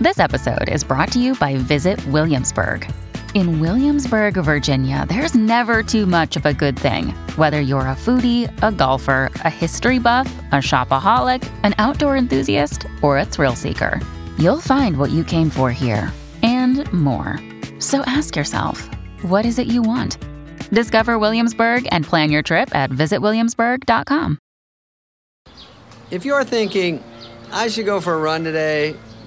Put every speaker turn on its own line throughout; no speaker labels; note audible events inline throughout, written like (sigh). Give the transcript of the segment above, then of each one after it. This episode is brought to you by Visit Williamsburg. In Williamsburg, Virginia, there's never too much of a good thing. Whether you're a foodie, a golfer, a history buff, a shopaholic, an outdoor enthusiast, or a thrill seeker, you'll find what you came for here and more. So ask yourself, what is it you want? Discover Williamsburg and plan your trip at visitwilliamsburg.com.
If you're thinking, I should go for a run today,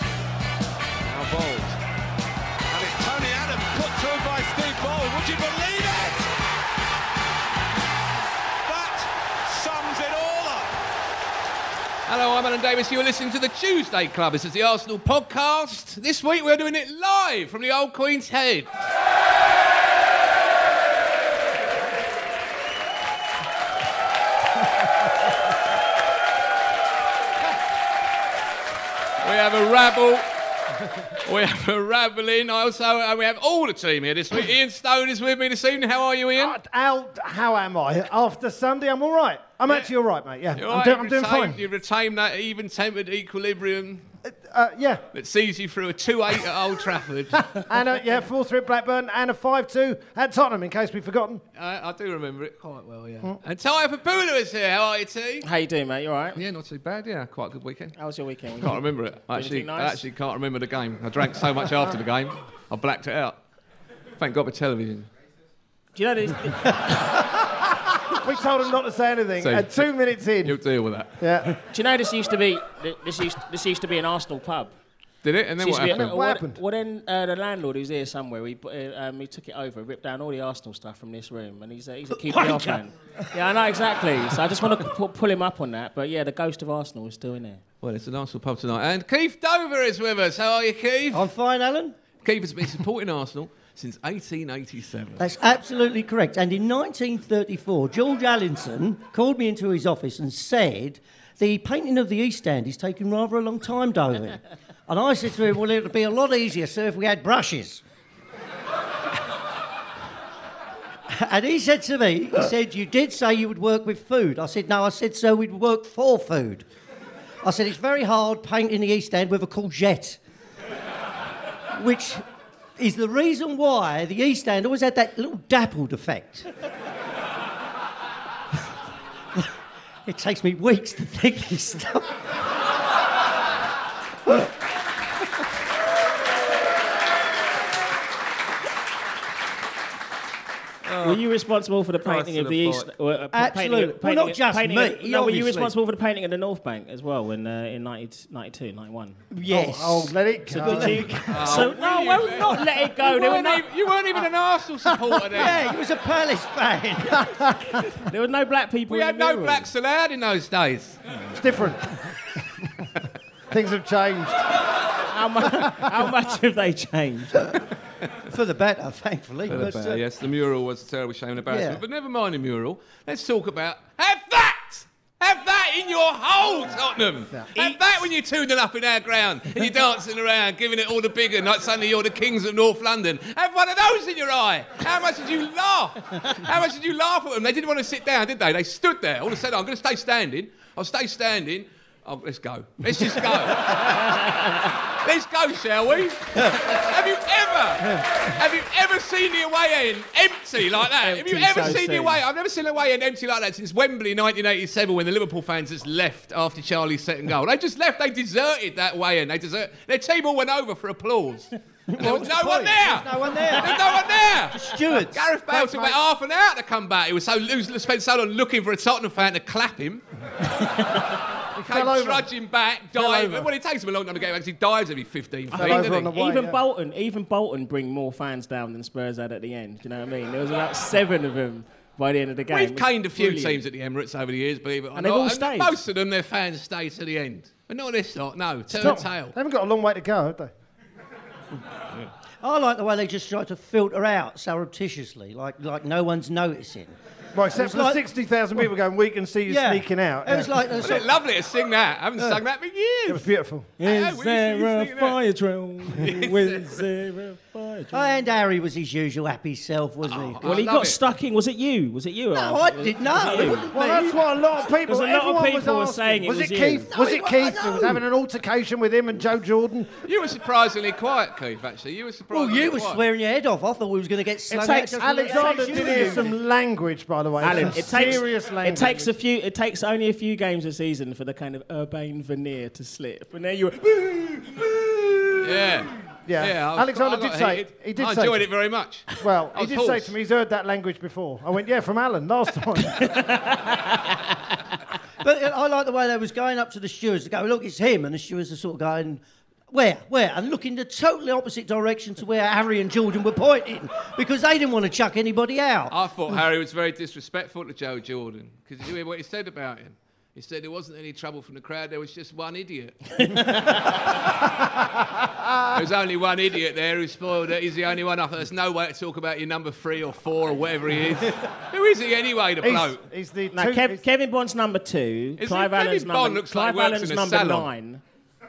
Now Bold. And it's Tony Adams put through by Steve Bold. Would you believe it? That sums it all up.
Hello, I'm Alan Davis. You're listening to the Tuesday Club. This is the Arsenal podcast. This week we're doing it live from the old Queen's Head. we have a rabble. We have a rabbling. I also, and we have all the team here this week. Ian Stone is with me this evening. How are you, Ian?
Uh, Al, how am I? After Sunday, I'm all right. I'm actually all right, mate. Yeah,
You're
I'm,
all
do-
right?
I'm doing
Retain-
fine.
You retain that even-tempered equilibrium
Uh, yeah,
that sees you through a 2-8 at Old (laughs) Trafford. I,
and a, yeah, four three at Blackburn and a five two at Tottenham. In case we've forgotten.
I do remember it quite well, yeah. And Ty Papula is here. How are you, T?
How you doing, mate? You all right?
Yeah, not too bad. Yeah, quite a good weekend.
How was your weekend?
Can't remember it. I actually,
Anything
I
nice?
actually can't remember the game. I drank so much after the game, I blacked it out. Thank God for television.
Do you know this? do
We told him not to say anything.
So-
and two minutes in.
You'll deal with that.
yeah.
you know this used to be this used this used to be an Arsenal pub.
Did it? And then
This
what
used to be-
happened?
uh,
What happened?
Well, then uh, the landlord who's here somewhere, he, bu- uh, um, he took it over, ripped down all the Arsenal stuff from this room, and he's a, he's a QPR fan. Yeah, I know exactly. So I just want to pu- pull him up on that. But yeah, the ghost of Arsenal is still in there.
Well, it's an Arsenal pub tonight. And Keith Dover is with us. How are you, Keith?
I'm fine, Alan.
Keith has been supporting Arsenal since 1887.
That's absolutely correct. And in 1934, George Allinson called me into his office and said, The painting of the East End is taking rather a long time, (laughs) Darwin. and I said to him, Well, it would be a lot easier, sir, if we had brushes. (laughs) and he said to me, He said, You did say you would work with food. I said, No, I said, sir, we'd work for food. I said, It's very hard painting the East End with a courgette. (laughs) which is the reason why the East End always had that little dappled effect. (laughs) it takes me weeks to think this stuff.
Were you responsible for the painting of the East? or, uh, pa-
Absolutely.
painting of-
Well, not
painting of-
just
painting
me,
of- no, were you
obviously.
responsible for the painting of the North Bank as well in uh, in 90, 92, 91?
Yes.
Oh, let it go.
Did you? so no, well, not let it go. There were
weren't
no,
even, you weren't even an Arsenal supporter then. (laughs)
yeah, he was a Palace fan.
there were no black people.
We
in
had
the
no
mural.
blacks allowed in those days. (laughs)
It's different. Things have changed.
How much, how much have they (laughs) changed?
For the better, thankfully. but, uh,
yes, the mural was a terrible shame and embarrassment.
Yeah.
But never mind the mural. Let's talk about have that. Have that in your hole, Tottenham. Have that when you're tuning up in our ground and you're dancing around, giving it all the bigger, like suddenly you're the kings of North London. Have one of those in your eye. How much did you laugh? How much did you laugh at them? They didn't want to sit down, did they? They stood there. All of a sudden, I'm going to stay standing. I'll stay standing. Oh, let's go. Let's just go. Let's go, shall we? have you ever, have you ever seen the away end empty like that? have you
Empty
ever
so
seen the
soon.
away? I've never seen the away end empty like that since Wembley 1987, when the Liverpool fans just left after Charlie's second goal. They just left. They deserted that away end. They desert. Their team all went over for
(laughs)
applause. There was no one there.
There's no one there.
There's no one there.
Stewards.
Gareth Bale took about half an hour to come back. He was so loose, spent so long looking for a Tottenham fan to clap
(laughs)
him. he came
over.
trudging back, dive.
over.
Well, it takes him a long time to get back. 'cause He dives every 15 feet.
over
doesn't
on
he?
the- Why,
even
yeah.
Bolton, even Bolton, bring more fans down than Spurs had at the end. Do you know what I mean? There was about seven of them by the end of the game.
We've caned a few
Brilliant.
teams at the Emirates over the years, believe it or
And
not.
they've all stayed.
most of them, their fans stay to the end. But not this lot, no. Turn
Not-
tail.
They haven't got a long way to go, have they?
uh, I like the way they just try to filter out surreptitiously, like like no one's noticing.
Well, except for the
like-
60,000 people going, we can see you sneaking out.
It was
Yeah.
like the sort
It's
of-
lovely to sing that. I haven't sung that for
It
years.
was beautiful.
Yeah, we
Is
should
there a
sing that. (laughs)
fire drill? Is there a fire drill?
Oh, and Harry was his usual happy self, was he?
I
Well, he
love
got
it.
stuck in. Was it you? Was it you?
No,
Alf?
I
Was it-
didn't
was it you?
know.
Well, that's what a lot of people.
There's a lot of
everyone was
people were
asking.
saying it
was
was
it
you.
Keith?
No,
was
it
it
wa-
Keith
no.
who was having an altercation with him and Joe Jordan?
You were surprisingly quiet, Keith, actually. You were
Well,
surprisingly
you were
quiet.
swearing your head off. I thought we was going to get slung
takes
out just for that.
Alexander
Takes
did
you.
hear some language, by the way.
Alan,
some
it takes
serious
it
language.
takes a few. It takes only a few games a season for the kind of urbane veneer to slip, and there you were.
Yeah.
Yeah.
I was-
Alexander
I got
did say-
heated.
he did
I
say-
enjoyed it very much.
Well,
I
he
Oh,
was
did say
hoarse.
to me he's heard that language before. I went, yeah, from Alan last
(laughs)
time.
But uh, I like the way they was going up to the stewards to go, look, it's him. And the stewards are sort of going, where, where? And looking the totally opposite direction to where Harry and Jordan were pointing because they didn't want to chuck anybody out.
I thought Harry was very disrespectful to Joe Jordan because you hear what he said about him. He said there wasn't any trouble from the crowd, there was just one idiot. there was only one idiot there who spoiled it. He's the only one. I thought there's no way to talk about your number three or four or whatever he is. who is he anyway, the
he's,
bloke?
he's the two,
Now, Kev,
he's-
Kevin Bond's number two.
Is
Clive
it- Kevin
Allen's
Bond
number,
looks like
Clive
he works
Allen's
in a
number
salon.
nine.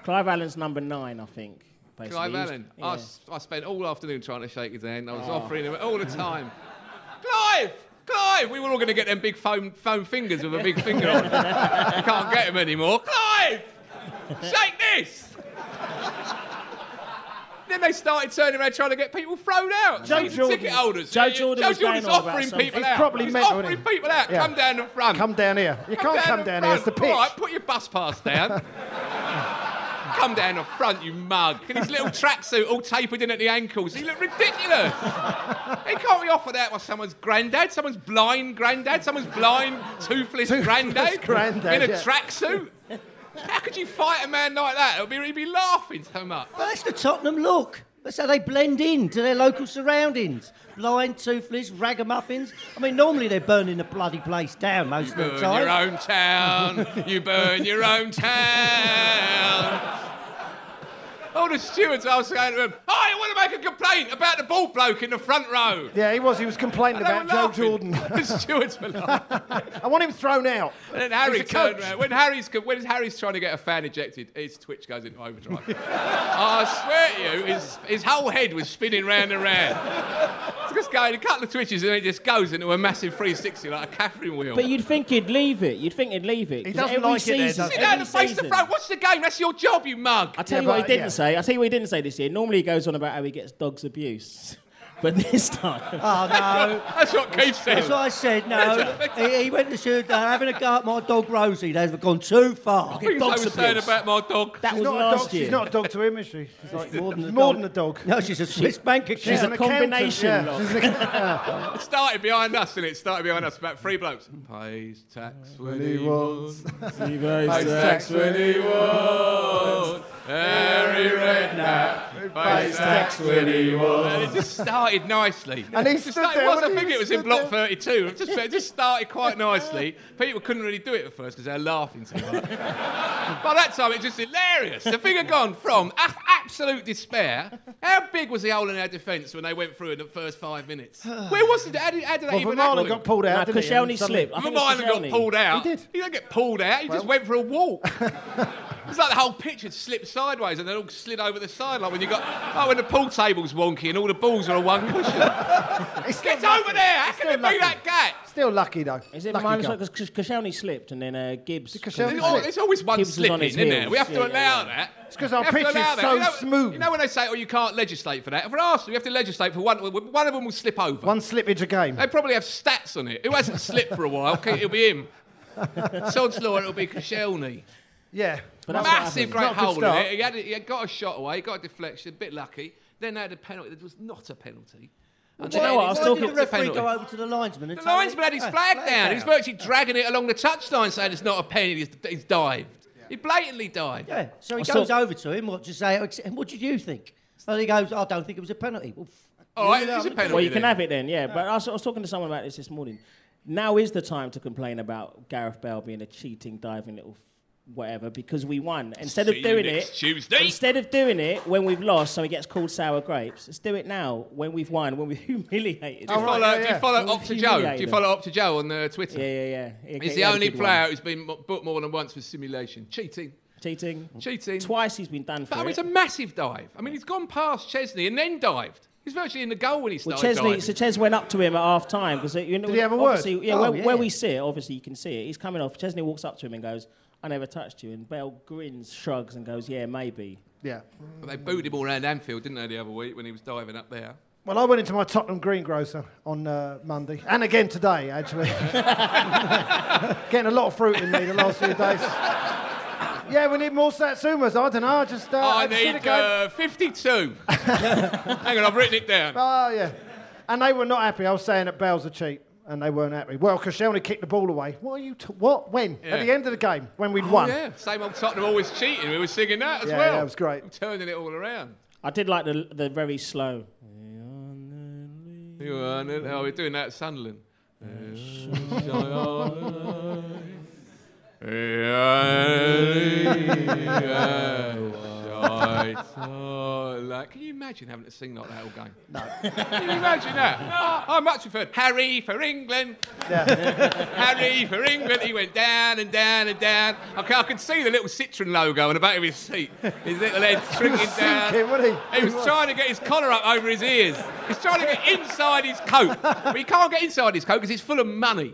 Clive Allen's number nine, I think. basically.
Clive
He was-
Allen. Oh,
yeah.
I, s- I spent all afternoon trying to shake his hand. I was offering him it all the time. Clive! Clive! We were all going to get them big foam, foam fingers with a big finger on. you can't get them anymore. Clive! Shake this! then they started turning around trying to get people thrown out.
Joe
Season
Jordan-
Ticket holders.
Joe
Yeah,
Jordan
Joe
was going
Jordan's
on about
offering
something.
people
He's
out.
probably
He's
mental,
offering
isn't he?
people out.
Yeah.
Come down the front.
come down here. You can't come
the
down here. It's the
front.
pitch.
All right, put your bus pass down. Come down the front, you mug. In his little tracksuit, all tapered in at the ankles. He looked ridiculous. he can't be offered out by someone's granddad, someone's blind granddad, someone's blind, toothless, granddad,
(laughs) granddad,
in a
yeah.
tracksuit. How could you fight a man like that? It'll be, he'd be laughing so much.
But that's the Tottenham look. That's how they blend in to their local surroundings. Blind, toothless, ragamuffins. I mean, normally they're burning the bloody place down most of the
Burn your
time.
own town. you burn your own town. All the stewards I was saying to him, I want to make a complaint about the bald bloke in the front row.
Yeah, he was. He was complaining
And they
about
were
Joe
laughing.
Jordan.
(laughs) the stewards were laughing.
(laughs) I want him thrown out.
And then Harry
He's a
turned
coach.
around. When Harry's, co- when Harry's trying to get a fan ejected, his twitch goes into overdrive. I swear to you, his, his whole head was spinning round and round. It's just going a couple of twitches and it just goes into a massive 360 like a Catherine wheel.
But you'd think he'd leave it. You'd think he'd leave it.
He
'cause
doesn't
every
like it there,
season,
does he?
Sit down
every
and face the
season-
front. Watch the game. That's your job, you mug.
I tell
Yeah,
you what he
but-
didn't
yeah.
say. I tell you what he didn't say this year. Normally he goes on about how he gets dogs abuse, (laughs) but this time.
Oh, no.
That's what Keith says.
That's what I said, no. he, he went to shoot, uh, having a go at my dog Rosie. They've gone too far.
Things I
Dog's
was saying
abuse.
about my dog.
That
She's
was
not, a
last
dog.
year.
she's not a dog to him, is she? She's like more than a
More
dog.
than
a dog.
No, she's a Swiss bank account.
She's a combination lot.
It started behind us, and it started behind us about three blokes. Pays tax when he wants. (laughs) Pays tax when he wants. Harry Redknapp. Pays tax when he wants. And it just started nicely.
Oh. And he
It just
stood
started-
there,
was-
wasn't
I
he?
think
He
it was in
stood
Block
there.
32. It just, it just started
(laughs)
quite nicely. People couldn't really do it at first because they were laughing so much. By that time, it's just hilarious. The thing had gone from a- absolute despair. How big was the hole in our defence when they went through in the first five minutes?
(sighs)
Where was it? How did, how did that
Well,
even
Vermaelen
happen?
got pulled out.
No,
didn't he? And
Koscielny
then suddenly-
slipped. I think it was
Vermaelen got
Koscielny.
pulled out.
He did.
not get pulled out. He just
Well-
went for a walk.
(laughs)
it's like the whole pitch had slipped sideways and they all slid over the side. Like when you got oh, when the pool table's wonky and all the balls are on one cushion.
It's still
Get over
lucky.
there! How
It's
can it
still
be that
lucky.
gap?
Still lucky though.
Is it
lucky
minus
goal.
because Koscielny slipped and then uh, Gibbs?
Koscielny
There's al-
slipped.
there's always one
Gibbs was on
slipping,
his
isn't there?
heels.
We have to
Yeah, yeah,
allow
yeah.
that.
It's 'cause our
We have to
pitch is
allow that.
so
you know,
smooth.
You know when they say, "Oh, you can't legislate for that." For Arsenal, you have to legislate for one. One of them will slip over.
One slippage a game.
They probably have stats on it. Who hasn't slipped for a while? Okay, it'll be
(laughs)
him. Sod's law, it'll be Koscielny.
Yeah.
that's what
Massive
happened.
great
Not a good
hole in
start.
it. He, had, he had got a shot away, got a deflection, a bit lucky. Then they had a penalty that was not a penalty. And
do you
then
know what? I
it
was
was
Why
talking-
did
not
the
a
referee
penalty.
go over to the linesman and
The
tell him-
linesman had his
Oh,
flag down. He was
down.
virtually dragging it along the touchline saying it's not a penalty, he's, he's dived. He blatantly dived.
Yeah. So he
I
goes
saw-
over to him, what to say, "Ex- what did you think? And he goes, I don't think it was a penalty. Well, f-
All right, it's a penalty.
Well, you can
then.
have it then, yeah. But I was, I was talking to someone about this this morning. Now is the time to complain about Gareth Bale being a cheating, diving little whatever because we won. Instead
See
of
you
doing
next
it
Tuesday.
Instead of doing it when we've lost, so it gets called sour grapes. Let's do it now when we've (laughs) won, when we're humiliated.
Do you, follow,
yeah,
do
yeah.
you follow
Well,
up to
we
Joe?
humiliate
Do you
them.
follow up to Joe on uh, Twitter?
Yeah, yeah, yeah. yeah.
He's
he
the
had a
only
good
player
one.
who's been mo- booked more than once for simulation. Cheating.
cheating.
Cheating.
Twice he's been done for
But I mean,
it.
it's a massive dive. I mean, he's gone past Chesney and then dived. He's virtually in the goal when he
Well,
started
Chesney,
diving.
so Ches went up to him at half time because you know,
he have a word?
obviously- Yeah,
Oh,
where, where
yeah.
we sit, obviously you can see it. He's coming off. Chesney walks up to him and goes, "I never touched you." And Bell grins, shrugs, and goes, "Yeah, maybe."
Yeah.
But they booed him all around Anfield, didn't they, the other week when he was diving up there?
Well, I went into my Tottenham greengrocer on uh, Monday and again today, actually. (laughs) Getting a lot of fruit in me the last few days. Yeah, we need more satsumas. I don't know. I just. Uh,
Oh, I
just did a
need
game.
uh, (laughs) 52. Hang on, I've written it down.
Oh, yeah. And they were not happy. I was saying that Bells are cheap, and they weren't happy. Well, Koscielny kicked the ball away. What are you. T- what? When?
Yeah.
At the end of the game, when we'd
Oh,
won.
yeah, same old Tottenham always cheating. We were singing that as
Yeah,
well.
that was great.
Turning it all around.
I did like the the very slow.
You are, oh, we're doing that at (laughs) Sunderland. like, can you imagine having to sing like that all game? No. Can you imagine that? Oh, I much preferred Harry for England. (laughs) Harry for England. He went down and down and down. I could, I could see the little Citroen logo on the back of his seat. His little head shrinking down.
Sinking, wasn't he?
He was trying to get his collar up over his ears. He's trying to get inside his coat. But he can't get inside his coat because it's full of money.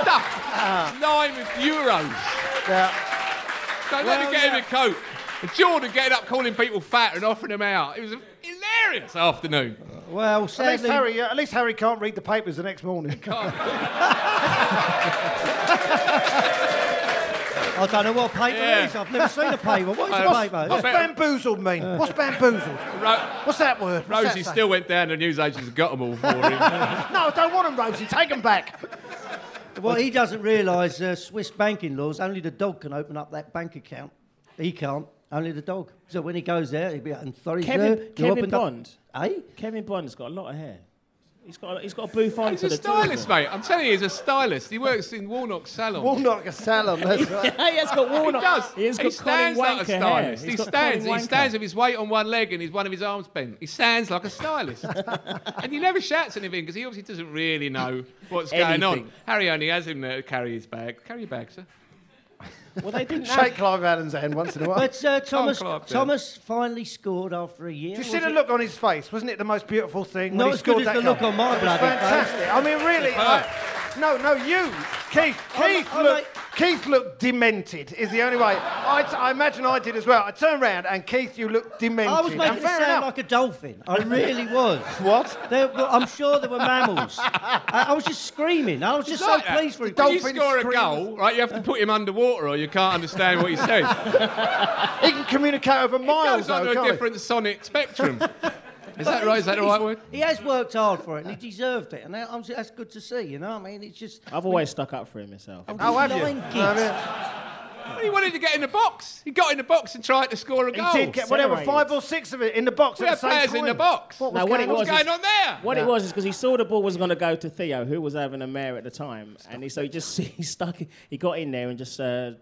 Stuff. Lined with euros.
Yeah.
So they had to get him a coat. And Jordan getting up calling people fat and offering them out. It was a hilarious afternoon.
Well,
At least,
sadly,
Harry, uh, at least Harry can't read the papers the next morning.
I don't know what paper
Yeah.
it is. I've never seen a paper. What is
What's-
a paper?
What's
bet-
bamboozled mean?
Uh.
What's bamboozled?
Ro-
What's that word? What's
Rosie
that say?
still went down to the newsagents and got them all for
(laughs)
him.
No, I don't want him, Rosie. Take him
(laughs)
back.
Well, he doesn't realise uh, Swiss banking laws. Only the dog can open up that bank account. He can't. Only the dog. So when he goes there, he'll be like, "I'm sorry,
Kevin-
sir, you
Kevin
opened up-"
Bond?
Eh?
Kevin Bond's got a lot of hair. He's got a, he's got a booth on
he's
for
a
the two of them. (laughs)
stylist, mate. I'm telling you, he's a stylist. He works in Warnock Salon.
Walnut a salon. (laughs) That's right.
he has got
He
walnut.
does.
He has got
stands
Colin
like a
Wanker hair.
stylist.
He's
He
got
stands.
Colin
He
Wanker.
stands with his weight on one leg and his one of his arms bent. He stands like a
(laughs)
stylist, and he never shouts anything because he obviously doesn't really know what's going on.
Anything.
Harry only has him there to carry his bag. Carry your bag, sir.
Well, they
(laughs)
didn't have.
Shake Clive Allen's hand once in a while.
But uh, Thomas,
Clark, yeah.
Thomas finally scored after a year.
Did you
was
see the
it?
look on his face? Wasn't it the most beautiful thing?
Not
when he
as good
scored
as
that
the
goal?
look on my
It was
bloody face.
fantastic. I mean, really. I- no, no, you, Keith.
I'm-
Keith
I'm
looked.
like-
Keith looked demented. Is the only way. I, t- I imagine I did as well. I turned round and Keith, you looked demented.
I was making
and
it
fair
sound
enough.
like a dolphin.
(laughs)
I really was.
what?
There were, I'm sure there
(laughs)
were mammals. I, I was just screaming. I was just so
like that.
pleased for him.
When you
Dolphins
score a
scream.
goal, right? You have to put him underwater, or you can't understand what he's
(laughs)
saying. He
He can communicate over miles.
goes on
though,
to
can't
a
he?
different sonic
(laughs)
spectrum. Is that right? Is that the right word?
He has worked hard for it and he deserved it. And that, I'm- that's good to see, you know what I mean? It's just.
I've always stuck up for him myself.
Oh, have you?
Nine gigs.
I mean,
He wanted to get in the box. He got in the box and tried to score a goal.
He did get whatever
Accelerated.
five or six of it in the box.
Oh, we
at
had
the same
players
time.
in the box.
What was
Now, what
going
it
on?
What's
was
going on there?
What it was is because he saw the ball was going to go to Theo, who was having a mare at the time, and he, so he just (laughs) he stuck it- he got in there and just uh,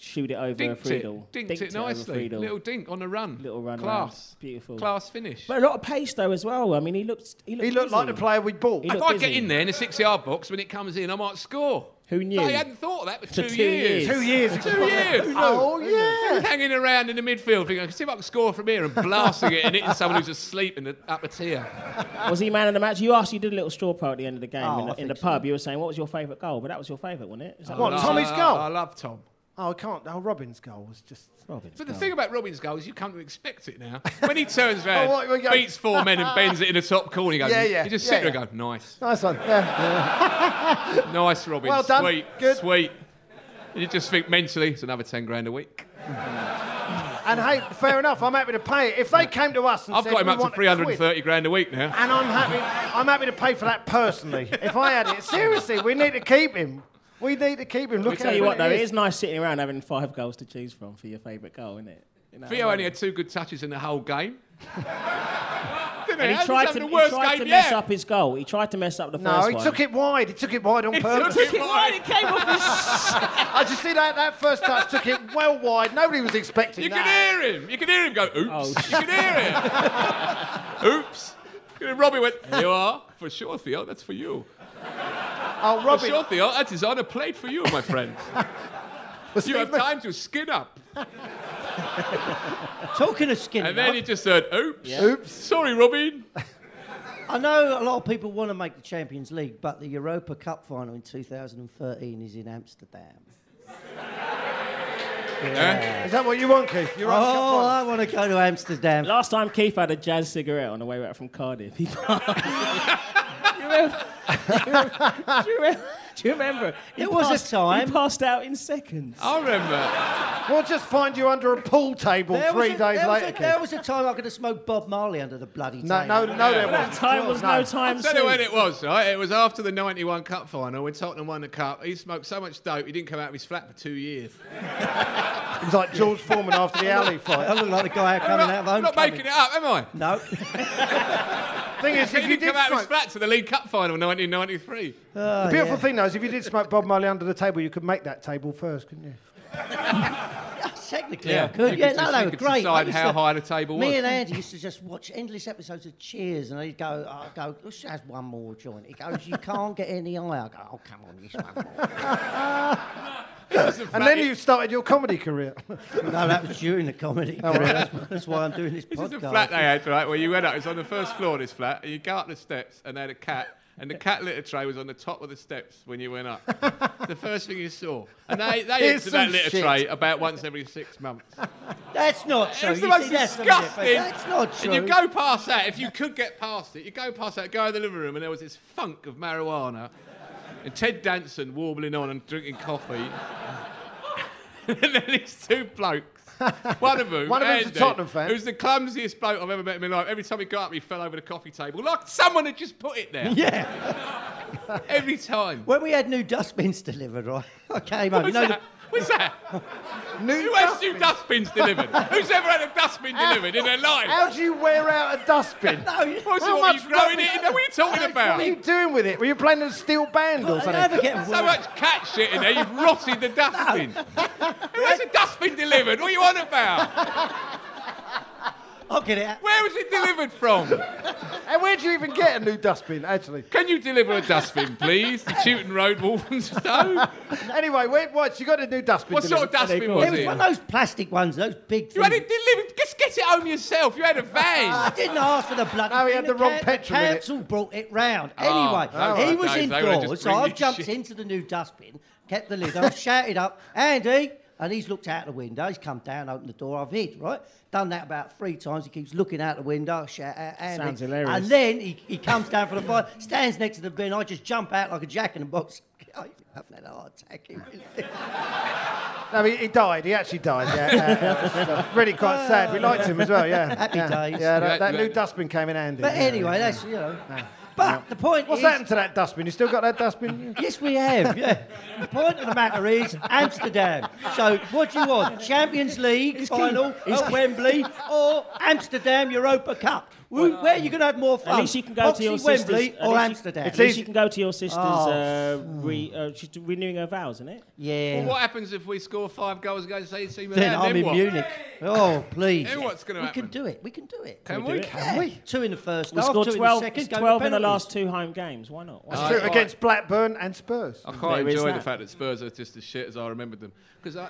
shoot it over
Dinked
Friedel.
it. Dinked,
Dinked
it
over
nicely.
Friedel.
Little dink on the run.
Little run
Class.
round. Beautiful.
Class finish.
but a lot of pace though as well. I mean, he looked he looked,
He looked like the
busy.
player we bought.
He
if
looked
I
busy.
get in there in the six yard box when it comes in, I might score.
Who knew?
No, I hadn't thought of that for,
For
two,
two
years.
years.
Two years.
Two years.
Oh yeah.
Hanging around in the midfield thinking, I can see if I can score from here and blasting it and hitting someone who's asleep in the upper tier.
Was he man of the match? You asked, you did a little straw poll at the end of the game
Oh,
in
I
the, in the
think
pub. You were saying, what was your favourite goal? But that was your favourite, wasn't it? Is that
What,
I-
Tommy's
I-
goal?
Ah, I love Tom.
Oh, I can't. Oh, Robin's goal was just.
Robin's
Oh.
But the
goal?
thing about Robin's goal is you come to expect it now. When he
(laughs)
turns round,
what- what-
beats four men and bends it in the top corner, he goes,
Yeah, yeah,
you just
yeah,
sit there
yeah.
and go, nice,
Nice one. Yeah.
(laughs) nice, Robin,
Well done.
sweet,
Good.
sweet. And you just think mentally, it's another 10 grand a week.
And hey, fair enough. I'm happy to pay it. If they came to us and
I've
said,
got him
"We
up
want
to
a Ah.
330 grand a week now.
quid," and I'm happy. I'm happy to pay for that personally. if I had it, seriously, we need to keep him. We need to keep him. Look
I
at
tell you
him
what though,
it
it is nice sitting around having five goals to choose from for your favourite goal, isn't it? You
(laughs)
know,
Theo only had two good touches in the whole game. Didn't minute.
And he
How's
tried
this
to,
the
he
worst
tried to
game
mess
yet?
up his goal. He tried to mess up the
No,
first
he
one.
took it wide. He took it wide on
He
purpose.
took it wide.
It came off his.
I just see that that first touch took it well wide. Nobody was expecting
You
that.
can hear him. You can hear him go, oops.
Oh,
you can hear him. (laughs) oops. And Robbie
(laughs)
went, you are? For sure, Theo, that's for you.
Oh,
For
Robbie,
sure, Theo, that is on a plate for you,
(laughs)
my friend.
was
You have
Steve-
time to skin up.
Talking of skinny,
And then he just said, oops.
Oops.
Sorry, Robin.
I know a lot of people want to make the Champions League, but the Europa Cup final in 2013 is in Amsterdam.
Is that what you want, Keith? You're
Oh,
right.
I want to go to Amsterdam.
Last time Keith had a jazz cigarette on the way back from Cardiff, he. (laughs) You remember- do, you remember, do you remember? He
There was a
passed-
time-
He passed out in seconds.
I remember.
We'll just find you under a pool table three
was a,
days
there
later.
Was a,
Keith.
there was a time I could have smoked Bob Marley under the bloody
no,
table.
no, no, there
That
wasn't.
time was no, time
I don't know when
soon.
it was, right? It was after the 91 Cup final when Tottenham won the Cup. He smoked so much dope he didn't come out of his flat for two years.
It was like George Foreman after the alley
I
fight.
look like the guy out
I'm
coming
not,
out of
I'm
home.
not making it up, am I?
(laughs) No.
thing is,
he
if you
didn't
did
come out of his
smoke,
flat to the League Cup final in 1993.
Oh,
the beautiful thing though is if you did smoke Bob Marley under the table, you could make that table first, couldn't you?
Technically,
Yeah,
I could.
you
yeah,
could
no,
just-
they
you
were
could
great. I
decide
used
how high the table
Me
was. (laughs)
and Andy used to just watch endless episodes of Cheers, and he'd go, I'd go, let's have one more joint. He goes, you can't get any higher. I go, oh, come on, this one more.
And then you started your
(laughs)
comedy career.
no, that was during the comedy.
really?
that's, that's why I'm doing
(laughs)
this
This
podcast.
is a flat they had, right? Where you went up. It was on the first floor of this flat, and you go up the steps, and they had a cat, and the cat litter tray was on the top of the steps when you went up. the first thing you saw, and they they
(laughs) Here's
emptied that
some
litter
shit.
tray about once every six months.
That's not true.
It's the
You see,
most
that's something different.
disgusting.
That's not true.
And you go past that. If you could get past it, you go past that. Go in the living room, and there was this funk of marijuana, and Ted Danson warbling on and drinking coffee, (laughs) and then these two blokes. One of them,
One of them's a
Andy,
Tottenham fan.
who's the clumsiest bloke I've ever met in my life. Every time he got up, he fell over the coffee table like someone had just put it there.
Yeah.
Every time.
When we had new dustbins delivered, right? (laughs) I came home. You
What's
know,
that? What's that?
New
Who has two dustbins delivered? Who's ever had a dustbin delivered in their life?
How do you wear out a dustbin?
the- no, you-
What's (laughs)
How
what are you
much
throwing
rubbish-
it in there? What are you talking
What are you
about?
doing with it? Were you playing a steel band or
I
something?
never get
So
work.
much cat shit in there, you've rotted the dustbin. Who has a dustbin delivered? What are you on about?
I'll get it out.
Where was it delivered from?
And where do you even get a new dustbin, actually?
Can you deliver a dustbin, please? To Tewton Road, (laughs) Walthamstow?
Anyway, wait, what? You got a new dustbin.
What sort of
delivered.
dustbin was
It was
it?
one of those plastic ones, those big things.
You had it delivered. Just get it home yourself. You had a
I
van.
didn't ask for the blood.
No, he had the wrong petrol in it.
council brought it round.
Oh,
anyway,
all
he
right,
was
guys, they would've just
indoors, so
bring
I
you
jumped
shit.
into the new dustbin, kept the lid on, shouted up, Andy, and he's looked out the window. He's come down, opened the door. I've hid, right? Done that about three times. He keeps looking out the window, I shout out, Andy.
Sounds hilarious.
And then he, he comes down for the fire, stands next to the bin. I just jump out like a jack in the box. (laughs) I've had a heart attack. It was-
No, he, he died. He actually died. Yeah,
(laughs)
yeah, yeah. really quite sad. We liked him as well. Yeah.
Happy
yeah.
days.
Yeah, that,
Right,
that new
right.
dustbin came in handy.
But
yeah.
anyway, that's, you know. But the point
What's
is...
happened to that dustbin? You still got that
(laughs)
dustbin?
Yes, we have. Yeah. The point of the matter is Amsterdam. So, what do you want? Champions League final at Wembley or Amsterdam Europa Cup? Wh- Where are you going to have more fun?
At least you can go
Oxley,
to your sister's.
Wembley
at
or
least you-
Amsterdam. Oh, hmm.
At least
easy.
you can go to your sister's. Uh, re, uh, she's renewing her vows, isn't it?
yeah.
What happens if we score five goals against AC Milan?
then I'm in
what?
Munich. Oh, please.
Then what's gonna
we
happen?
can do it. We can do it.
Can we?
we do it?
Yeah. Two in the first
We
half,
scored
two
12,
in the second. go to
12 in the
penalties.
last two home games. Why not? Why not?
True, Against Blackburn and Spurs.
I quite
There is
enjoy the
that.
fact that Spurs are just as shit as I remembered them. Because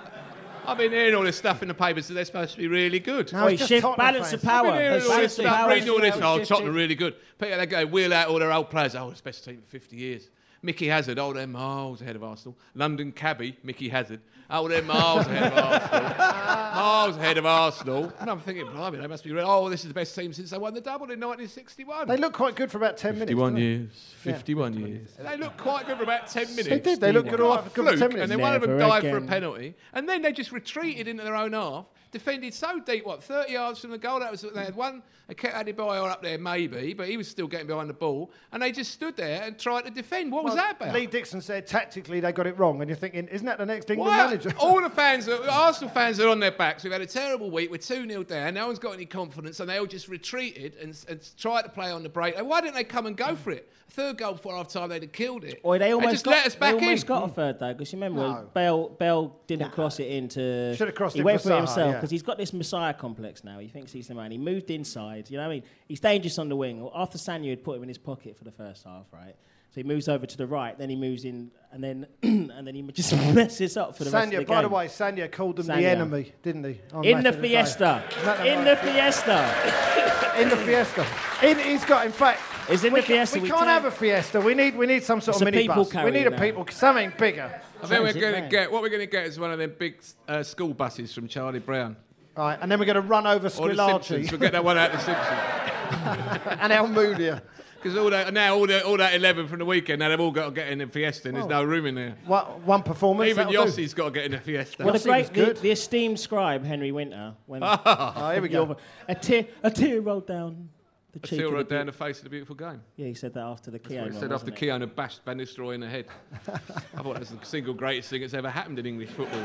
I've been hearing all this stuff in the papers that they're supposed to be really good.
No,
Oi,
it's just
shift,
Tottenham
balance
fans.
of power.
I've been hearing
There's
all
balance
this
of
stuff,
power.
reading all this.
Shifted.
Oh, Tottenham really good. People, they go wheel out all their old players. Oh, it's the best team in 50 years. Mickey Hazard, oh, they're miles ahead of Arsenal. London cabbie, Mickey Hazard, oh, they're miles ahead of
(laughs)
Arsenal. miles ahead of Arsenal. And I'm thinking, blimey, they must be real. Oh, this is the best team since they won the double in 1961.
They look quite good for about 10 minutes.
51
don't they?
years. 51 years. They looked quite good for about 10 minutes.
They did. They looked good all
Like
right
a
for good for 10
fluke,
minutes.
And then one of them
Never
dived for a
again.
penalty. And then they just retreated into their own half, defended so deep, what, 30 yards from the goal. That was They had one, a Ket Adebayor up there, maybe, but he was still getting behind the ball. And they just stood there and tried to defend. What was that about?
Lee Dixon said tactically they got it wrong, and you're thinking, isn't that the next England
Why-
Oh,
manager?
All the fans, are, Arsenal fans are on their backs. collapsed. We've had a terrible week. We're 2 0 down. No one's got any confidence, and they all just retreated and, s- and s- tried to play on the break. And why didn't they come and go for it? Third goal before half time, they'd have killed it.
Or they almost
just
got,
let us
they
back in.
almost got a third though, because remember
No.
Bell Bell didn't cross it into.
Should've crossed
he
it
went
for
for
Saha,
it himself
yeah.
because he's got this messiah complex now. He thinks he's the man. He moved inside. You know what I mean? He's dangerous on the wing. Arthur Sanyu had put him in his pocket for the first half, right? So he moves over to the right, then he moves in, and then (clears throat) and then he (laughs) just messes up for the rest of the
Sanya, by the
game.
way, Sanya called them the
Sanya.
enemy, didn't he? on
in
Match
the
of Day?
fiesta,
Isn't that
in the
right?
fiesta,
in the fiesta. In, he's got, in fact,
It's in
we,
the
ca-
fiesta,
We,
we
can't
can't-
have a fiesta. We need, we need some sort
It's
of
a
mini
people
bus. We need
carrier
a
now.
people, something bigger.
I think we're
Transit
going to
van.
get what we're going to get is one of them big uh, school buses from Charlie Brown
Right, and then we're going to run over
or the Simpsons.
Squillaci
We'll get that one out of the Simpsons.
(laughs)
and Almudia.
Because all that now, all that all that eleven from the weekend, now they've all got to get in the Fiesta, and there's no room in there.
One, one performance.
Even
that'll do.
Yossi's got to get in the Fiesta.
Well, the
Yossi was
great, the,
good.
the esteemed scribe Henry Winter.
(laughs)
When
Oh, here we go.
a tear, a tear rolled down the cheek.
Still
of the
wrote
beau-
down the face of the beautiful game.
Yeah, he said that after the Keogh.
Well, it
one,
said after
wasn't it?
Keown had bashed Van Nistelrooy in the head. I thought that was the single greatest thing that's ever happened in English football.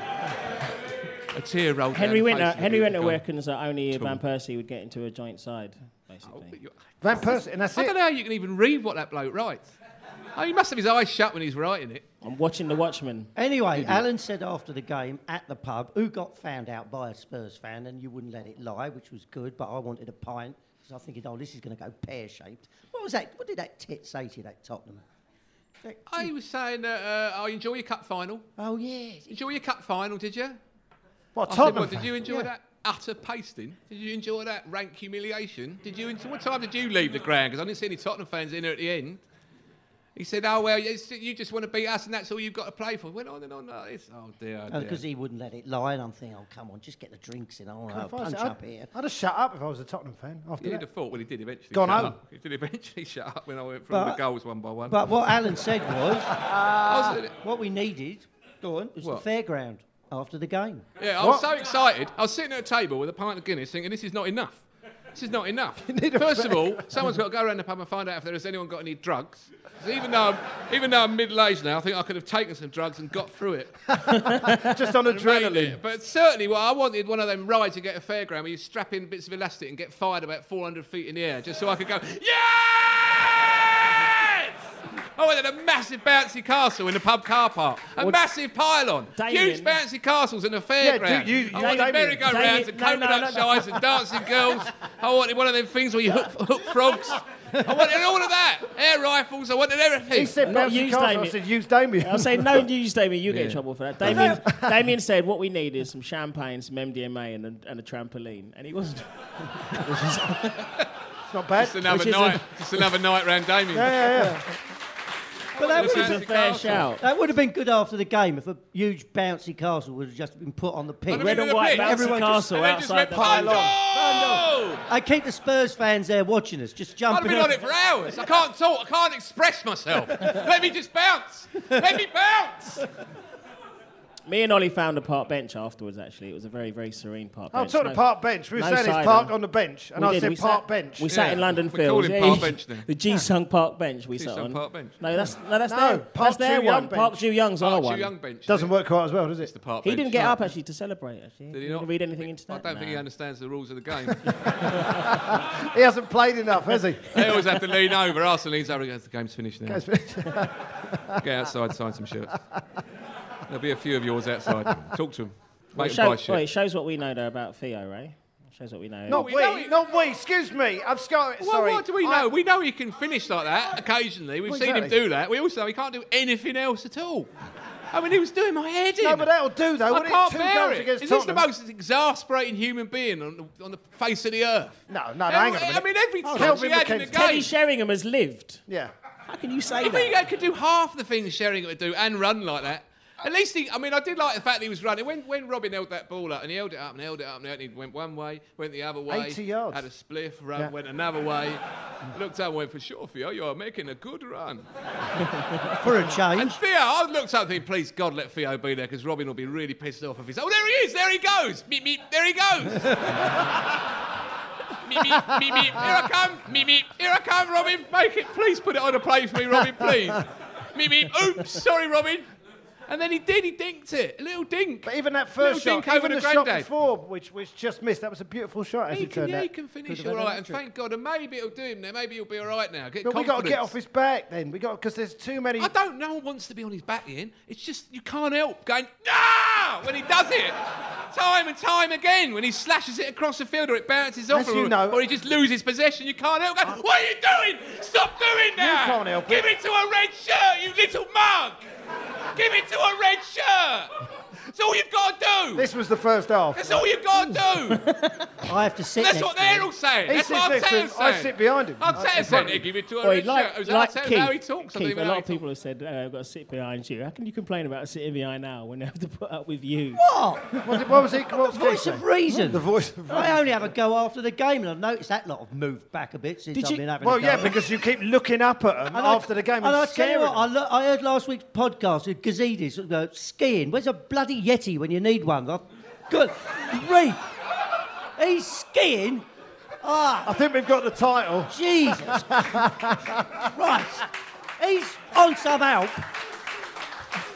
A tear rolled
Henry
down the
Winter.
face of the
Henry Winter
beautiful game.
reckons that only Van Persie would get into a joint side,
But
Oh,
basically.
you-
Van Persie, and that's
I
it.
don't know how you can even read what that bloke writes. Oh, he must have his eyes shut when he's writing it.
I'm watching
(laughs)
The Watchmen.
Anyway, Alan said after the game at the pub, who got found out by a Spurs fan, and you wouldn't let it lie, which was good, but I wanted a pint because I was thinking, oh, this is going to go pear shaped. What was that? What did that tit say to you, that Tottenham? That-
Oh, he was saying that, uh, oh, enjoy your cup final.
oh, yes.
Enjoy your cup final, did you?
What,
I said,
Tottenham
"What, did
fan?
you enjoy
Yeah.
that utter pasting? Did you enjoy that rank humiliation? Did you enjoy, what time did you leave the ground? Because I didn't see any Tottenham fans in there at the end. He said, "Oh well, it's, you just want to beat us, and that's all you've got to play for." Went on and on. like this. Oh dear,
Uh,
oh, dear.
Because he wouldn't let it lie, and I'm thinking, oh, come on, just get the drinks in. I want to
If I was-
punch
I'd,
up here.
I'd have shut up if I was a Tottenham fan after
You'd
that.
have thought, well, he did eventually.
Gone
shut
home.
Up. He did eventually (laughs) shut up when I went from
But-
the goals one by one.
But what Alan said was
I was,
what we needed go on, was
What?
the fairground after the game.
yeah, I was so excited. I was sitting at a table with a pint of Guinness, thinking, "This is not enough. This is not enough." First of all, someone's got to go around the pub and find out if there has anyone got any drugs. 'Cause Even though, I'm, even though I'm middle-aged now, I think I could have taken some drugs and got through it.
Just on
Made
adrenaline.
it. But certainly, what I wanted one of them rides you get at a fairground where you strap in bits of elastic and get fired about 400 feet in the air, just so I could go, yes! I wanted Oh, a massive bouncy castle in the pub car park, a massive pylon,
Damien-
huge bouncy castles in the fairground.
you- you-
I wanted
Damien-
merry-go-rounds
Damien-
and
no, no,
coconut
no, no.
shies and dancing girls. I wanted one of them things where you hook, hook frogs. I wanted all of that. Air rifles. I wanted everything.
He said,
Not
bouncy
used,
castle. I
Damien.
said, use Damien.
I'll say no news, Damien. You get in
Yeah.
trouble for that. Damien, Damien said what we need is some champagne, some MDMA, and a, and a trampoline. And he wasn't.
(laughs) it's not bad.
Just another
Which is a-
night. Just another night round Damien.
yeah, yeah.
But
(laughs)
that
Listen,
was
It's a
Bouncy
fair
castle.
shout.
That would have been good after the game if a huge bouncy castle would have just been put on the pitch.
Red and
White
Pit.
bouncy
Everyone
just-
castle
And they just
outside
went
the
pylon.
pylon.
I keep the Spurs fans there watching us, just
I've
jumping.
been on it for hours. I
(laughs)
can't talk. I can't express myself. Let me just bounce. Let me bounce.
(laughs) Me and Ollie found a park bench afterwards. Actually, it was a very, very serene park
I
bench.
took the
No-
Oh, park bench. We were
no
saying it's
cider.
park on the bench, and
We
I
did.
said
We
park
sat-
bench.
We sat
Yeah.
in London
We call
Fields.
it
yeah.
park bench now.
(laughs) The G Sung Park Bench we sat
Sung
on.
Park Bench.
No, that's no, that's
No,
their,
Park
that's their
Ju
one.
Young
Park
bench.
Ju Young's our
Archie
one.
Young bench.
Doesn't work quite as well, does it?
The park
He
bench.
didn't get up actually to celebrate. Actually,
Did he
Didn't
not?
read anything into
I
that.
don't think he
Nah.
understands the rules of the game.
(laughs)
He hasn't played
(laughs)
enough, has he?
they always have to lean over. Arsenal leans over and goes, the game's finished now. (laughs) Get outside, sign some shirts. There'll be a few of yours outside. Talk to them.
Well,
Make
it,
them buy
shows, well, it
shit.
shows what we know though about Theo, right? It shows what we know.
Not
we know
we,
he-
not we. Excuse me. I've scarred.
Well,
Sorry.
what do we
I-
know? We know he can finish like that occasionally. We've
Well,
seen him
exactly.
do that. We also know he can't do anything else at all. I mean, he was doing my head in.
No, but that'll do though.
I
wouldn't
can't
it? Two
bear
goals
it.
against
Is this the
Tottenham.
most exasperating human being on the, on the face of the earth?
No, no, no,
Every-
hang on a minute.
I mean, every
Hold
touch
on.
he had in the
Teddy
Teddy
game.
Sheringham has lived.
Yeah.
How can you say
If
that?
he had- could do half the things Sheringham would do and run like that, at least he. I mean, I did like the fact that he was running. When when Robin held that ball up and he held it up and held it up and, held it, he went one way, went the other way,
80 yards.
had a spliff run,
Yeah.
went another way, looked up and went for sure, Theo, you are making a good run.
for a change.
Theo, I looked up thinking, please God, let Theo be there because Robin will be really pissed off if he's. Oh, there he is! There he goes! Meep meep! There he goes! meep meep meep meep! Here I come! Meep meep! Here I come, Robin! Make it! Please put it on a play for me, Robin, please! meep meep! Oops! Sorry, Robin. And then he did. He dinked it. A little dink.
But even that first
Little
shot,
dink over
even
to
the shot
Grandad.
before, which, which just missed, that was a beautiful shot as
he
it
can,
turned
yeah,
out.
he can finish
Could've
all
been
right,
an
and thank God, and maybe it'll do him now. Maybe he'll be all right now. Get
But we got to get off
confidence.
his back then. We got because there's too many.
I don't. No one wants to be on his back, Ian. It's just you can't help going no when he does it, time and time again. When he slashes it across the field or it bounces off,
As
him,
you
or,
know-
or he just loses possession. You can't help going. What are you doing? Stop doing that!
can't help
Give
it.
it to a red shirt, you little mug. Give it to a red shirt. That's all you've got to do.
This was the first half.
(laughs) That's all you've got to do.
(laughs)
I have to sit
That's
next
what
to him.
they're all saying.
He
That's
sits
what
next to him.
Arteta's saying.
I sit behind him. I-
Arteta
in
said
front of
it.
him.
Give it to a
Oi,
red shirt. It
like,
was
like
Arteta,
Keith,
how he talks. I don't
Keith,
even
a
know how
lot
he
of people have said, uh, I've got to sit behind you. How can you complain about sitting behind now when they have to put up with you?
(laughs)
What?
What, did- what was he? What was
Oh, Voice
he
of
saying?
reason.
The voice of reason.
I only have a go after the game, and I've noticed that lot have moved back a bit since
Did
I've
you-
been having
Well,
a go.
yeah, because you keep looking up at him
And I-
after the game and,
and I tell you
staring.
what, I,
at him.
lo- I heard last week's podcast with Gazidis uh, skiing. Where's a bloody Yeti when you need one? I've good grief. He's skiing.
I think we've got the title.
Jesus
(laughs)
Christ. He's on some help.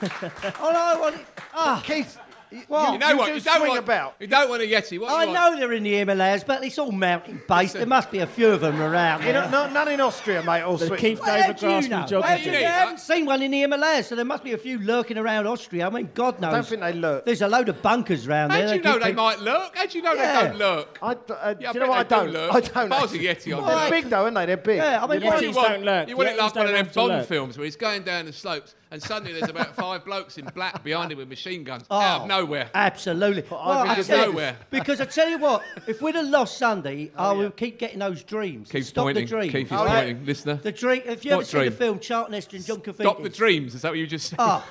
and I want. Ah,
Keith, y-
What?
You know what?
do
You
swing
don't want
about.
You don't want a Yeti. What do
I
you want?
know they're in the Himalayas, but it's all mountain based. There must be a few of them around.
You
There.
know, no- none in Austria, mate. Or
But
Switzerland.
Keith
Well,
David
how do
Grass
you
from
know?
Well,
Jogging
you
I
know-
Centre.
haven't seen one in the Himalayas, so there must be a few lurking around Austria. I mean, God knows.
don't think they lurk.
There's a load of bunkers round
How
there.
do you
keep
know they
people-
might look? How do you know
Yeah.
they don't look?
I, d- uh,
Yeah, I
do you know
bet
what? I
they do
don't.
lurk.
I
If
don't.
I was a
actually.
Yeti, I'd
They're
look.
big though, aren't they? They're big.
Yeah, I mean,
Yeah,
why-
Yetis don't lurk.
You want it like
Yetis
one of
don't
them
have to
Bond
lurk.
films where he's going down the slopes and suddenly there's about five blokes in black behind him with machine guns out
Oh,
of nowhere.
Absolutely. Well,
think
I
it's
tell you-
nowhere.
Because I tell you what, if we'd have lost
(laughs)
Sunday, I would keep getting those dreams.
Keith's
Stop
pointing.
the dream.
Keith is
All right?
pointing. Listener.
The dream. If you
What
ever seen the
dream?
film Charlton Heston and John Cavini.
Stop the dreams. Is that what you just said?
Oh.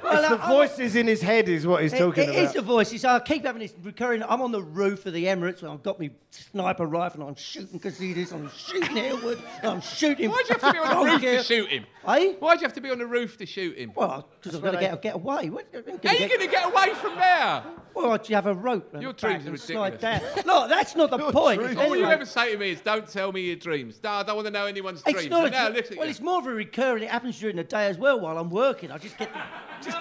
Well,
It's the
I- I-
voices in his head is what he's
It-
talking
it
about.
is the voices. I keep having this recurring. I'm on the roof of the Emirates and I've got my sniper rifle and I'm shooting Casitas. I'm shooting Elwood. I'm shooting.
Why'd you have to
(laughs)
be on the roof to
Donker.
shoot him?
Eh?
Why'd you have to be on the roof to shoot him?
Well, because I've got to
where
get, get away. What, I'm gonna
How are you
get-
going to get away from there?
Well, do you have a rope? round
Your
the back
dreams are
and slide
ridiculous.
down? Look, that's
(laughs)
not the point.
dreams-
It's
All you
anyway-
ever say to me is, don't tell me your dreams. No, I don't want to know anyone's
It's
dreams.
not
no,
a, dr-
listen,
well, it's more of a recurring. It happens during the day as well while I'm working. I just get the, just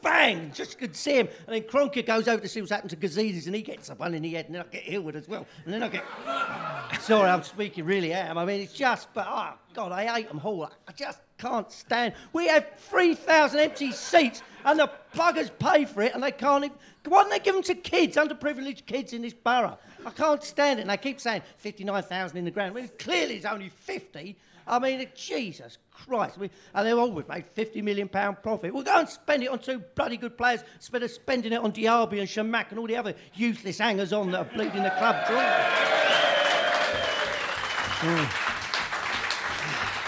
bang, just could see him. And then Cronkite goes over to see what's happened to Gazidis and he gets a one in the head, and then I get Hillwood as well, and then I get. Sorry, I'm speaking really am. I mean, it's just, but oh God, I hate them all. I just can't stand. We have three thousand empty seats, and the buggers pay for it, and they can't. Even, why don't they give them to kids, underprivileged kids in this borough? I can't stand it. And they keep saying fifty-nine thousand in the ground. Well, clearly, it's only fifty. I mean, Jesus Christ! We, and they've always made fifty million pound profit. We'll go and spend it on two bloody good players instead of spending it on Diaby and Shamak and all the other useless hangers on that are bleeding the club dry.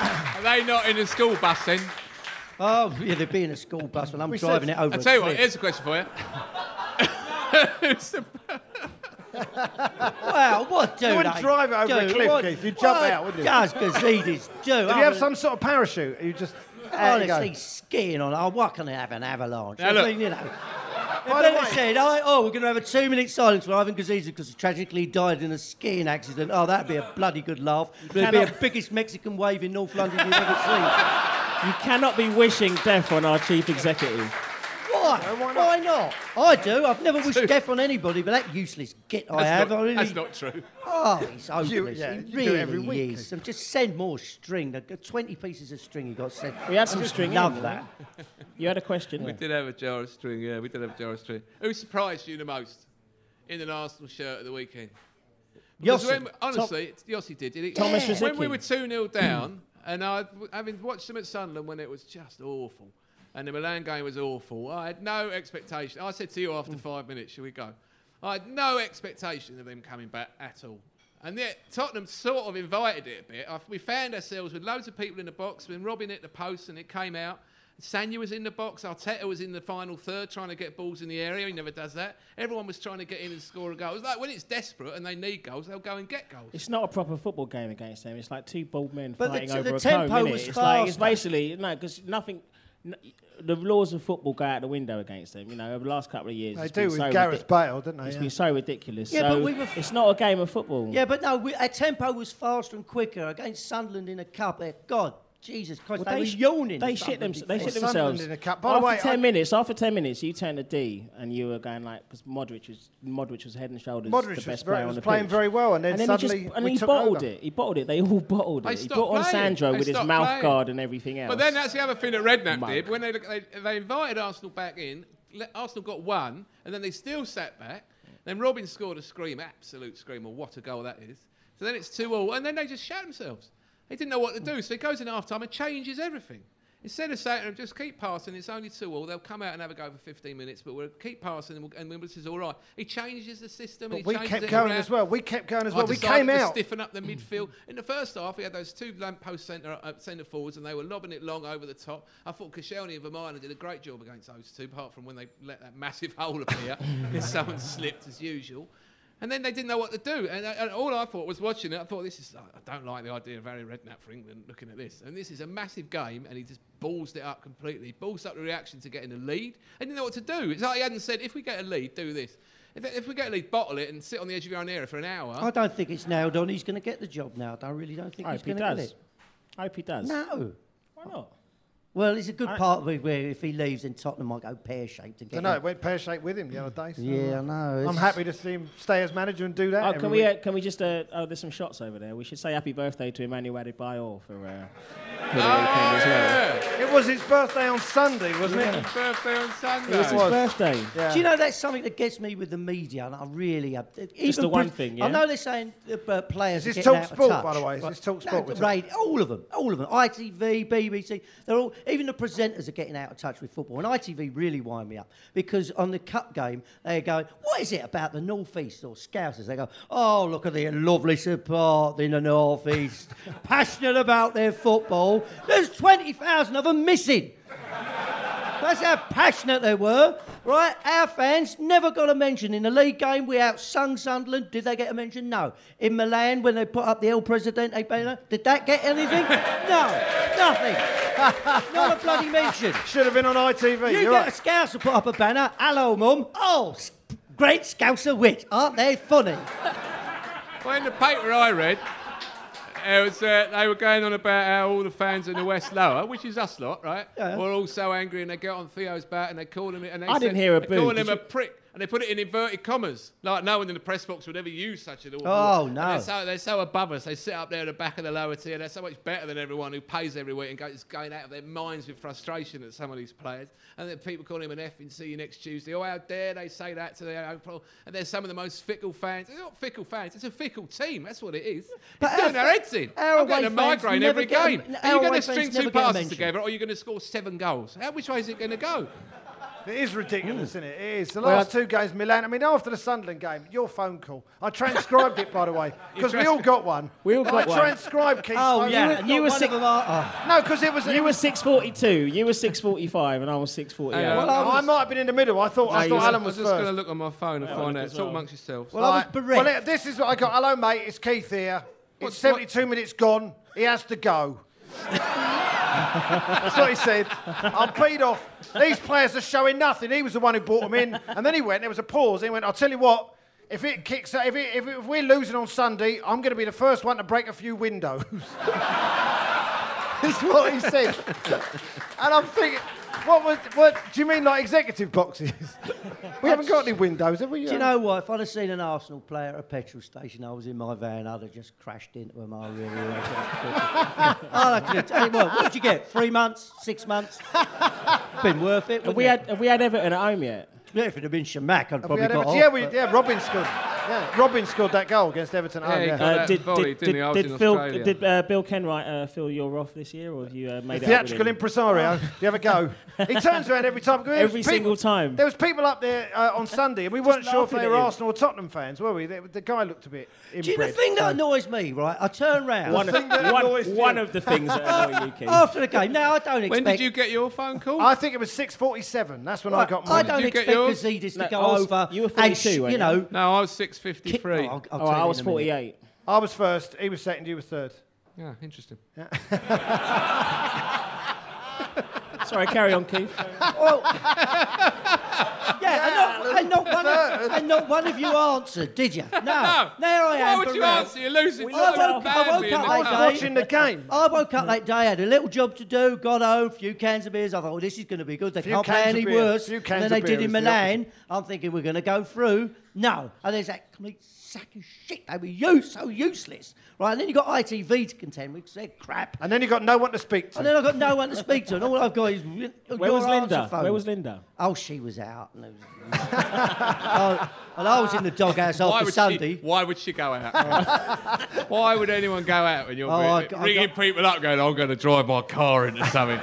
Are they not in the school bus then?
Oh, yeah, they'd be in a school bus, and I'm
We
driving
said-
it over.
I'll
a
tell you what,
cliff.
here's a question for you. Who's the-
Wow, what do
You wouldn't
they
drive it over a
do?
cliff,
What-
Keith. You'd jump
what
out, wouldn't you?
Does Gazidis do?
If you have some sort of parachute, you just
Oh,
out you go.
honestly skiing on. Oh, why can't they have an avalanche?
Now
I
look.
mean, you know.
By
If
the
they
way-
said, oh, oh, we're going to have a two-minute silence for Ivan Gazidis because he tragically died in a skiing accident. Oh, that'd be a bloody good laugh. There'd be the
cannot-
biggest Mexican wave in North London you've ever
(laughs)
seen.
You cannot be wishing death on our chief executive.
Why?
why
why,
not?
not? I do. I've never wished death on anybody, but that useless git I
That's
have.
not-
I really,
that's not true.
(laughs) Oh, he's hopeless.
yeah,
he
you do
really
it every week.
is. So just send more string. They've got 20 pieces of string he got sent.
We had some
I just
string in,
Love
didn't we?
that.
You had a
(laughs)
question.
We did have a jar of string, yeah, we did have a jar of string. Who surprised you the most in an Arsenal shirt at the weekend? Because
Yossi.
when- honestly, it's Yossi did. did it?
Thomas
when we
Rosicky.
were 2 0 down, and I, having watched them at Sunderland when it was just awful, and the Milan game was awful, I had no expectation. I said to you after five minutes, should we go? I had no expectation of them coming back at all. And yet, Tottenham sort of invited it a bit. I- We found ourselves with loads of people in the box, when Robin hit the post, and it came out. Sanya was in the box. Arteta was in the final third trying to get balls in the area. He never does that. Everyone was trying to get in and score a goal. It's like when it's desperate and they need goals, they'll go and get goals.
It's not a proper football game against them. It's like two bald men
But the
fighting
t-
over
the
a
tempo
comb. innit?
was
it's like it's
faster.
basically no, because nothing. N- the laws of football go out the window against them. You know, over the last couple of years,
They
it's
do
been
with
so
Gareth
ridic-
Bale, don't they?
It's
yeah.
been so ridiculous.
Yeah,
so
but we were-
it's not a game of football.
Yeah, but no, we, our tempo was faster and quicker against Sunderland in a cup. Eh, God, Jesus Christ,
Well,
they,
sh-
were yawning.
They shit, them, they
Sunderland
shit themselves.
in a cup. By the
after
way,
ten
I-
minutes, after ten minutes, you turned a D, and you were going like because Modric was Modric was head and shoulders
Modric
the
was
best
very-
player
was
on the
playing
pitch.
very well, and then
he
suddenly
and
we
he
took
bottled
over.
it. He bottled it. They all (laughs) bottled it.
They
he
stopped
brought on
playing.
Sandro
They
with his
stopped
mouth
playing.
guard and everything else.
But then that's the other thing that Redknapp
Mug.
did when they, they they invited Arsenal back in. Let, Arsenal got one, and then they still sat back. Then Robin scored a scream, absolute screamer. What a goal that is! So then it's two all, and then they just shut themselves. They didn't know what to do, so he goes in half time and changes everything. Instead of saying to them, just keep passing, it's only two all, they'll come out and have a go for 15 minutes, but we'll keep passing and, we'll, and this is all right. He changes the system.
But
and he
we
changes
kept
it
going
around.
as well. We kept going as
I
well. We
decided
came
to
out.
Stiffen up the midfield. In the first half, we had those two lamppost centre uh, centre forwards, and they were lobbing it long over the top. I thought Koscielny and Vermaelen did a great job against those two, apart from when they let that massive (laughs) hole appear and
(laughs)
someone slipped as usual. And then they didn't know what to do. And, uh, and all I thought was watching it. I thought this is I don't like the idea of Harry Redknapp for England looking at this. And this is a massive game, and he just balls it up completely. He balls up the reaction to getting a lead. They didn't know what to do. It's like he hadn't said, if we get a lead, do this. If, if we get a lead, bottle it and sit on the edge of your own area for an hour.
I don't think it's nailed on. He's going to get the job now. I really don't think
I
he's
hope he
going to get
does.
it.
I hope he does.
No.
Why not?
Well, it's a good part of it where if he leaves, then Tottenham might go pear shaped and
I
get
know,
him.
it went pear shaped with him the other day. So
Yeah, I know.
I'm
it's-
happy to see him stay as manager and do that.
Oh,
every
can we
week.
uh, can we just uh, oh there's some shots over there. We should say happy birthday to Emmanuel Adebayor for uh, for the weekend as well.
Oh,
uh,
Yeah.
It was his birthday on Sunday, wasn't it?
Birthday on Sunday.
It was his
was.
birthday.
Yeah.
Do you know that's something that gets me with the media, and I really have. Even
the one
Brit-
thing,
I
yeah?
know they're saying the uh, players.
Is
are
this
getting out of
Talksport,
touch,
by the way? Is
but-
this Talksport we're
No,
talking
right, all of them, all of them. ITV, BBC, they're all. Even the presenters are getting out of touch with football, and ITV really wind me up because on the cup game they go, "What is it about the North East or Scousers?" They go, "Oh, look at the lovely support in the North East, (laughs) passionate about their football. There's twenty thousand of them missing." That's how passionate they were, right? Our fans never got a mention. In the league game, we outsung Sunderland. Did they get a mention? No. In Milan, when they put up the El Presidente banner, did that get anything? no, nothing. (laughs) Not a bloody mention.
Should have been on ITV.
You
are
get
right.
a Scouser to put up a banner. Hello, mum. Oh, s- great Scouser wit. Aren't they funny?
Well, in the paper I read, it was, uh, they were going on about how all the fans in the West Lower, which is us lot, right,
Yeah.
were all so angry and they get on Theo's back and they call him and they
I
said-
didn't hear a
they
boo,
call
did
him a
you?
prick and they put it in inverted commas. Like no one in the press box would ever use such an awful
Oh,
and
no.
They're so, they're so above us. They sit up there at the back of the lower tier. They're so much better than everyone who pays every week and goes going out of their minds with frustration at some of these players. And then people call him an F and see you next Tuesday. Oh, how dare they say that to their own pro And they're some of the most fickle fans. They're not fickle fans. It's a fickle team. That's what it is.
But
it's doing
our
our
fa-
heads in.
our
I'm getting a
away fans
migraine
never
every
get a-
game.
our
Are you
away
going to
fans
string
never
two
get a
passes
mention.
together or are you going to score seven goals? How, which way is it going to go?
It is ridiculous, isn't it? It is. The
Well,
last two games, Milan. I mean, after the Sunderland game, your phone call. I transcribed it, by the way, because we all got one.
We all got
I
one.
transcribed Keith's
Oh,
phone
Oh, yeah.
call.
you were sick-
sick of our.
No, because it was. it
You were
was-
642, you were 645, and I was 648.
Hang on.
I, might have been in the middle. I thought. I
you
thought
was-
Alan
I
was
just going to
first.
look on my phone and find out.
as
Talk
well.
amongst yourselves.
Well, I was
Right.
bereft.
Well, this is what I got. Hello, mate. It's Keith here. It's
What's-
72 minutes gone. He has to go. That's what he said. I'm peed off. These players are showing nothing. He was the one who brought them in, and then he went. There was a pause. He went. I'll tell you what. If it kicks, out- if, it, if, it- if we're losing on Sunday, I'm going to be the first one to break a few windows. (laughs) That's what he said. And I'm thinking, what was? What do you mean, like executive boxes? (laughs) we haven't got any windows, have we? um?
Do you know what? If I'd have seen an Arsenal player at a petrol station, I was in my van, I'd have just crashed into him. I really would have. I'd have just- tell you what, what did you get? Three months? Six months? been worth it.
Have we had have we had Everton at home yet?
yeah, if it had been Shamak, I'd
We
probably
had
got
Everton.
off.
Yeah, we,
but-
yeah, Robin scored. Yeah, Robin scored that goal against Everton. at home,
Yeah, he
yeah.
Uh,
got- that volley, didn't he? I was in
Phil,
Australia.
did uh, Bill Kenwright uh, fill your off this year, or have you uh, made it up with
Theatrical
him?
impresario. Do you ever go? He turns around every time. There was
Every single time.
There was people up there uh, on Sunday, and we weren't sure if
laughing
they
at
were
him.
Arsenal or Tottenham fans, were we? The, the guy looked a bit. Inbred,
Do you know the thing that
so-
annoys me, right? I turn round
One, of,
thing that annoys
one,
you.
one of the things that annoy you, Keith.
(laughs) after the game. Now, I don't expect.
When did you get your phone call?
I think it was 6:47. That's when I got
I
mine.
don't
you get
expect
yours?
Gazidis
No,
to go
I was-
over
you were
and,
42, weren't
you
you?
know...
no, I was six
kick-
fifty-three.
Oh, I'll- I'll
Oh,
tell
I
you
was
in a minute.
48.
I was first. He was second. You were third.
Yeah, interesting.
Sorry, carry on, Keith.
(laughs)
(laughs)
Well, yeah, and not, and, not one of, and not one of you answered, did you? No.
(laughs) No.
There I
Why
am.
would you
bereft.
answer? You're losing
I
so
woke, I
badly
woke
in
up
the
that
car.
day.
Watching the game.
I woke up that day, had a little job to do, got home, few cans of beers. I thought, well, this is going to be good. They
Few
can't play
cans of
any
beer.
worse
Few
than
cans
they
of beer
did in
is the
Milan. I'm thinking we're going to go through. No. And there's that complete sack of shit. They were use, so useless. Right, and then you got ITV to contend with, 'cause they're crap.
And then you got no one to speak to.
And then I've got no one to speak to, and all I've got is Where
Where was Linda? Where was Linda?
Oh, she was out. And, it was- (laughs) Oh, and I was in the doghouse
Why
after
would,
Sunday.
she, why would she go
(laughs)
out? why would anyone go out when you're
Oh, I got- I
ringing
got-
people up going, I'm going to drive my car into something.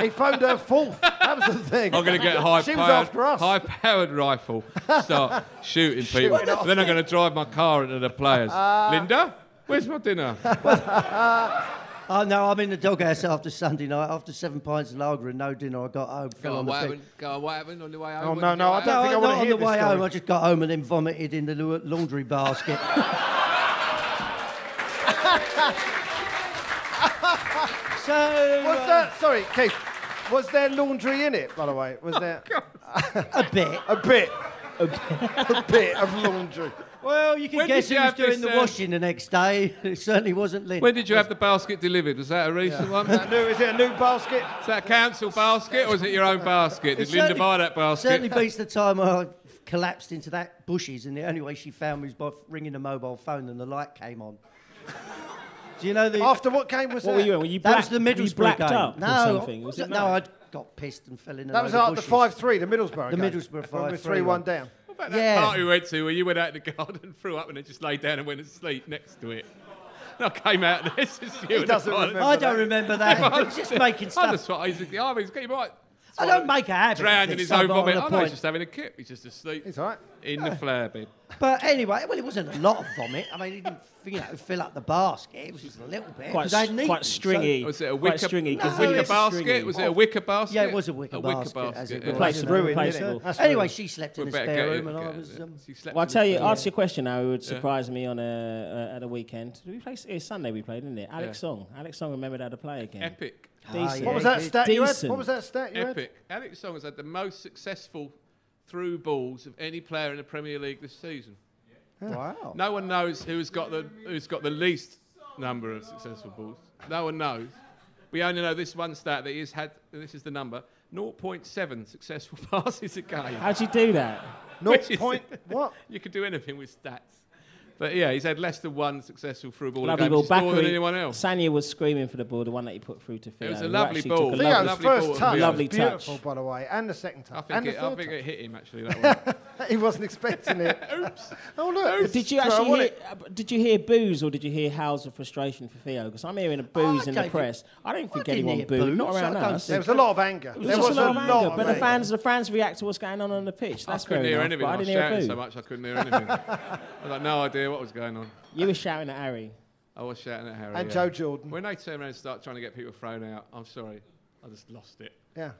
He phoned her fourth. That was the thing.
I'm going to
(laughs)
get a high
She was
powered,
after us.
high powered rifle,
(laughs)
start shooting people. Then I'm going to drive my car into the players.
Uh,
Linda, where's my
(laughs)
dinner?
Oh no, I'm in the doghouse after Sunday night. After seven pints of lager and no dinner, I got home. fell
Go on,
the
what
bed.
happened? Go on, what happened on the way home?
Oh,
What
no,
did
no,
you
I
do?
don't
No,
think I
not
wanna
on
hear
the
this
way
story.
home. I just got home and then vomited in the lu- laundry basket. (laughs) so
Was that? Sorry, Keith. Was there laundry in it, by the way? Was there
uh, a bit?
a bit? A bit of laundry.
Well, you can
When
guess
did
who
you
was
have
doing
this,
the
uh,
washing the next day. (laughs) It certainly wasn't Lynn.
When did you have the basket delivered? Was that a recent one?
A new, is it a new basket?
Is that a council basket or is it your own basket? Did
It
Linda
certainly-
buy that
Certainly
basket?
beats the time I collapsed into that bushes, and the only way she found me was by ringing the mobile phone, and the light came on. Do you know the?
After what game was
What
that?
were you in? Were you
that
black,
was the
were you
Middlesbrough
blacked
game.
up
no,
or something?
I,
Was
no,
it
I
night?
got pissed and fell in. a
That was
load of
like the
bushes.
five-three, the Middlesbrough.
The
game.
Middlesbrough
When we were
5-3
three-one
one.
down.
What about
Yeah.
that party we went to where you went out in the garden, (laughs) threw up, and then just laid down and went to sleep next to it? (laughs) And I came out and (laughs) it's just you. and the
doesn't
toilet.
remember.
I don't
(laughs)
remember that. I was just making
I'm
stuff.
just what he's in the army. He's getting right.
I don't make a habit. of
Drowned in
this,
his
I'm
own
not on
vomit.
a
I know he's
point.
just having a kip. He's just asleep
He's all right.
in the flare bed.
But anyway, well, it wasn't a lot of vomit. I mean, it didn't (laughs) you know, fill up the basket. It was just a little bit.
Quite,
'cause I hadn't
s-
eaten,
quite
so-
stringy.
Was it a
quite
wicker,
stringy, 'cause
a
we
wicker
were
basket?
stringy.
Was it a wicker basket?
Yeah, it was a wicker basket, as it was.
Replaceable,
Ruined, didn't it?
replaceable.
That's
Anyway, she slept in
We
the
better
spare
get
room,
it,
and I
get
was.
it.
Um,
She slept
Well, I'll
in
tell
the
you,
bed.
answer your question now. It would surprise me on a, a, at a weekend. Did we play, it was Sunday we played, didn't it? Alex Song. Alex Song remembered how to play again.
Epic.
Ah,
Decent.
yeah.
What was that
Decent.
stat you had?
Decent.
What was that stat you had?
Epic. Alex Song has had the most successful through balls of any player in the Premier League this season. (laughs)
Wow.
No one knows who has got the who's got the least number of successful balls. No one knows. We only know this one stat that he's had. and This is the number: 0.7 successful (laughs) passes a game.
How'd you do that?
Naught
Which is-
point. What?
You could do anything with stats. But yeah, he's had less than one successful through ball a
Lovely
game,
ball
which is
back.
more than anyone else.
Sanya was screaming for the ball, the one that he put through to Theo.
It was a
who
lovely
actually
ball.
took a
Theo,
Theo's
lovely-
lovely
first
ball,
touch
lovely
was beautiful,
touch.
by the way, and the second touch,
I think,
and the
it, I
third
think
touch.
it hit him actually. That one.
(laughs) He wasn't expecting it.
Oops.
Oh look! it's
Did you
throw
actually
on
hear,
it.
uh, but did you hear boos or did you hear howls of frustration for Theo? Because I'm hearing a boos
I
in the
don't
press. I don't think
I didn't
anyone
hear
booed,
boos.
not around
I don't
us.
There was a lot of anger.
It was
there
just
was
a lot of anger,
of
but the
anger.
fans, the fans react to what's going on on the pitch.
I
That's fair
couldn't hear
enough,
anything.
but I
I was
didn't hear a
shouting
boo.
so much I couldn't hear anything. (laughs) I got no idea what was going on.
You were shouting at Harry.
I was shouting at Harry.
And
yeah.
Joe Jordan.
When they turn around and start trying to get people thrown out, I'm sorry, I just lost it.
Yeah.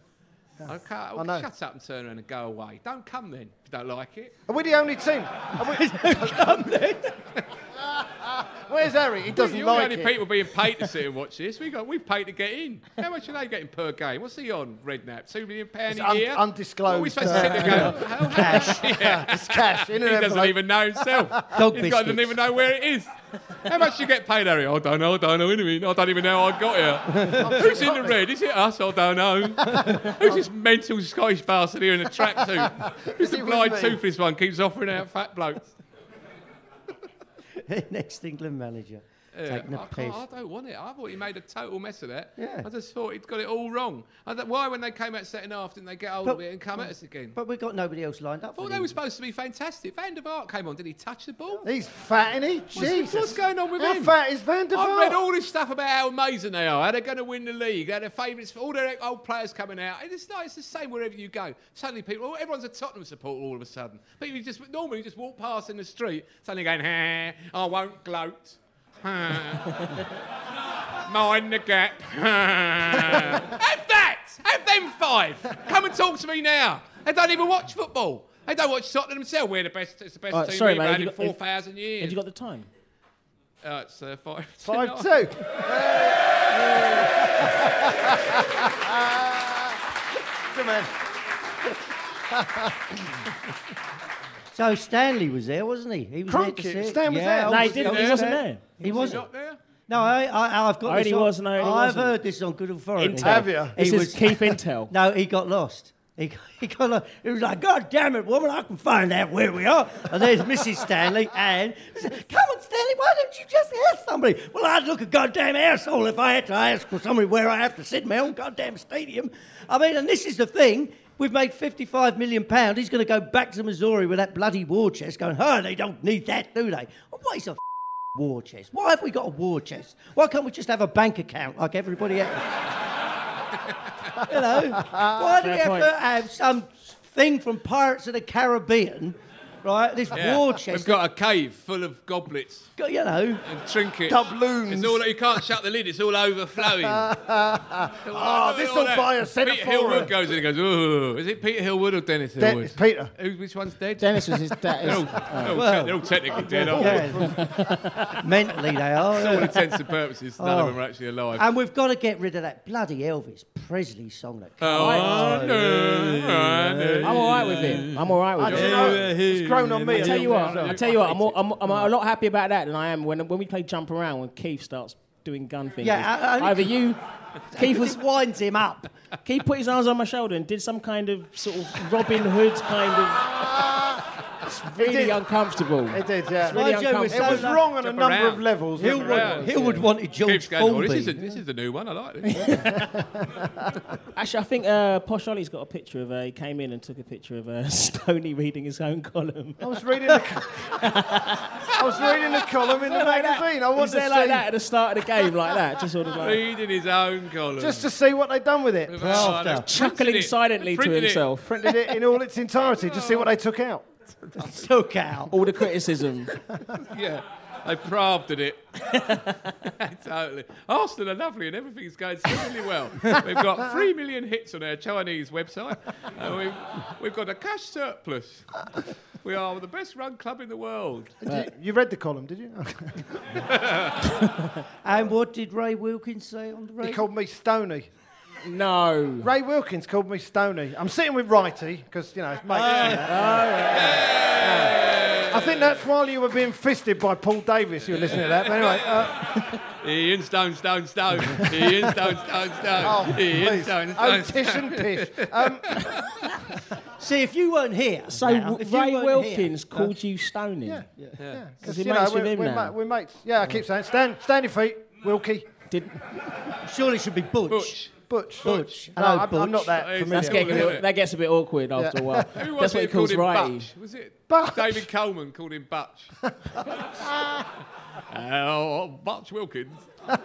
I can't,
I know.
Shut up and turn around and go away. Don't come then if you don't like it.
Are we the only team?
(laughs)
Are we... (laughs) Where's Harry? He doesn't
You're
like
the only
it.
people being paid to sit and watch this. We got we paid to get in. How much are they getting per game? What's he on? Redknapp, two million pound
It's
a
un-
year.
undisclosed,
What are we supposed to sit there and go? How, how, (laughs)
Cash.
(laughs) It's (laughs) cash. In
he
an
doesn't
envelope.
even know himself.
(laughs)
Dog
He's got, doesn't
biscuits.
even know where it is. How much you get paid, Harry? I don't know. I don't know. What do you mean? I don't even know how I got
(laughs)
here. Who's in the red? Is it us? I don't know. Who's this mental Scottish bastard here in a
(laughs)
tracksuit? Who's the
it with
blind
me?
toothless one keeps offering out fat blokes?
(laughs) Next England manager taking
I,
a
can't-
piss.
I don't want it. I thought he made a total mess of that.
Yeah.
I just thought he'd got it all wrong. I th- why, when they came out second half, didn't they get hold of
But-
it and come at us again?
But we've got nobody else lined up.
I
for
thought
the
Oh, they were supposed to be fantastic. Van der Vaart came on. Did he touch the ball?
He's fat, isn't he? Jesus.
what's going on with
How
him?
fat is Van der
I've
Vaart?
read all this stuff about how amazing they are, how they're going to win the league, how they're favourites for all their old players coming out. And it's, like, it's the same wherever you go. Suddenly, people, oh, everyone's a Tottenham supporter all of a sudden. People you just normally just walk past in the street, suddenly going, "Ha, I won't gloat. Ha. Mind the gap. Ha. Have that! Have them five! Come and talk to me now. They don't even watch football. They don't watch Tottenham themselves. We're the best. It's the best
All right,
team
sorry,
we've
mate, have
had
you
in
got- have-
four thousand years.
Have you got the time?
Uh, it's uh, five. (laughs)
Five two. Good man.
So Stanley was there, wasn't he? He was
Cronkite,
there to see it.
Stan was there.
yeah, I
No, he
was-
didn't. He
I was
wasn't
there.
there.
He wasn't.
Not there.
No, I, I, I've got
I heard
this.
he
on-
was, no, he
I've
wasn't.
heard this on good authority.
Intel.
Have ya?
This
He
is
was-
Keith Intel.
(laughs) No, he got lost. He, (laughs) he got lost. He was like, God damn it, woman, I can find out where we are. And there's Mrs. Stanley, and he said, Come on, Stanley, why don't you just ask somebody? Well, I'd look a goddamn asshole if I had to ask for somebody where I have to sit in my own goddamn stadium. I mean, and this is the thing. We've made £55 million. pound. He's going to go back to Missouri with that bloody war chest going, oh, they don't need that, do they? A waste of war chest. Why have we got a war chest? Why can't we just have a bank account like everybody else? (laughs) you know, why do we have
point.
to have some thing from Pirates of the Caribbean, right? This
Yeah.
war chest,
We've got a cave full of goblets
got, you know.
and trinkets.
Doubloons.
It's all, you can't shut the lid, it's all overflowing.
Oh, this will buy a set of
Peter Hillwood
four.
goes in and goes, Ooh. Is it Peter Hillwood or Dennis
De-
Hillwood?
it's Peter.
Who, which one's dead?
Dennis was his dad.
They're all,
his-
they're all
Well.
te- they're all technically dead, aren't they?
Yeah. Mentally,
(laughs)
they are.
For all
yeah.
intents and purposes, none of them are actually alive.
And we've got to get rid of that bloody Elvis Presley song. That
Oh, no, no, no.
I'm all right with him. I'm all right with
I don't
him.
know. It's grown on me.
I tell you what, I tell you what, I'm, all, I'm, I'm a lot happier about that than I am when, when we play jump around when Keith starts doing gun things.
Yeah, I- I-
either you, Keith was
it winds him up.
Keith put his arms on my shoulder and did some kind of sort of Robin Hood kind of. It's really
did.
uncomfortable.
It did, yeah.
really
Mind you, it was
It was
uncomfortable.
so-
wrong on a
Jump
number
around.
of levels. wasn't it?
around.
Hillwood, Hillwood wanted George
Keith's going, "Oh, this, is a,
Formby.
this is a new one. I like this.
Actually, I think uh, Posh Ollie's got a picture of. Uh, he came in and took a picture of uh, (laughs) Stoney reading his own column.
I was reading. The, I was reading the column in the magazine. I wanted
was
to
there
see
like that at the start of the game, like that, just sort of like
Reading his own column.
just to see what they'd done with it.
Oh, they've printed
chuckling
it.
silently to
Printed it.
himself.
Printed it in all its entirety to see what they took
(laughs)
out.
Took out.
All the criticism.
Yeah, they praved at it. (laughs) totally. Arsenal are lovely and everything's going swimmingly well. We've got three million hits on our Chinese website. And we've, we've got a cash surplus. We are the best run club in the world.
You read the column, did you? (laughs)
And what did Ray Wilkins say on the
he
radio?
called me Stony.
no.
Ray Wilkins called me Stony. I'm sitting with Righty because you know, mate.
Oh,
I think that's while you were being fisted by Paul Davis. You were listening to that. But anyway, uh,
Ian Stone, Stone, Stone. (laughs) Ian Stone, Stone, Stone.
(laughs) oh,
Ian
please.
Stone,
oh,
Stone,
tish
Stone.
and Um, pish.
(laughs)
See, if you weren't here,
So
now,
w-
if you
Ray
weren't
Wilkins
here-
called you Stony.
Because
he mates with him
we're,
now?
ma- we're mates. Yeah, I keep saying, stand, stand your feet, Wilkie,
(laughs)
Did,
surely it should be Butch.
Butch.
Butch.
Butch.
No,
Hello,
I'm, I'm not
Butch.
that
That's
familiar.
that's getting a
Yeah. (laughs)
bit- that gets a bit awkward after a while.
Who
that's
was
what he
it called
calls
him
Ray.
Butch? Was it
Butch.
David Coleman called him
(laughs)
Butch?
Uh,
Oh, Butch (laughs) Wilkins. Might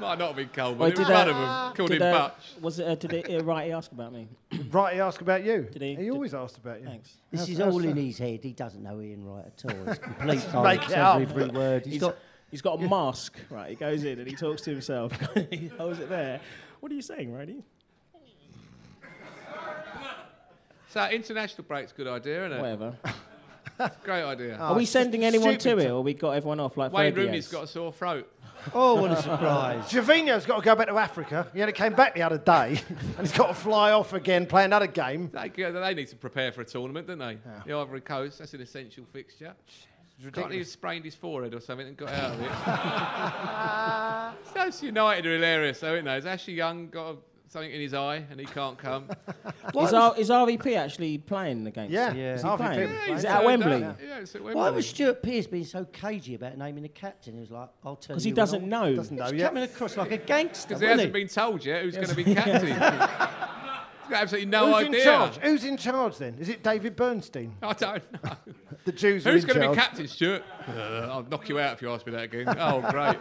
not have been Coleman.
Well,
it was
did, uh,
one of them called him
Did, uh,
Butch.
was it, uh, did it, uh, Righty ask about me?
Right, he asked about you.
Did he-
he
did-
always asked about you.
Thanks.
This is all in his head. He doesn't know Ian Wright at all. It's complete
Make
silence
it up.
every word. He's
He's
got.
he's got a mask, (laughs) right? He goes in and he talks to himself. (laughs) he holds it there. What are you saying, Righty?
So international break's a good idea, isn't it?
Whatever. Oh,
Great idea.
Are
(laughs)
we sending anyone to
stupid.
it, or we got everyone off like
Wayne
Fergie
Rooney's
has?
got a sore throat.
Oh, what a surprise!
Jovino's got to go back to Africa. He only came back the other day, (laughs) and he's got to fly off again, play another game.
They, they need to prepare for a tournament, don't they? The Ivory Coast, that's an essential fixture. Can't he have sprained his forehead or something and got out of it? (laughs) Those United are hilarious, though, aren't they? Has Ashley Young got a- something in his eye and he can't come?
Is, R- is RVP actually playing against?
Yeah,
him?
yeah.
Is he
RVP
playing?
was
Is
playing.
it at
So
Wembley?
that- Yeah, it's at Wembley.
Why was Stuart Pearce being so cagey about naming the captain? He was like, "I'll tell you."
Because he
when
doesn't
I-
know.
Doesn't know
He's
yet.
coming across like a gangster.
Because he
wasn't
hasn't
he?
been told yet who's going to be captain. (laughs) He's got absolutely no
Who's
idea.
in charge? Who's in charge then? Is it David Bernstein?
(laughs) I don't know.
The Jews
Who's
are in
going to be
charge.
captain, Stuart? Uh, I'll knock you out if you ask me that again. Oh, great.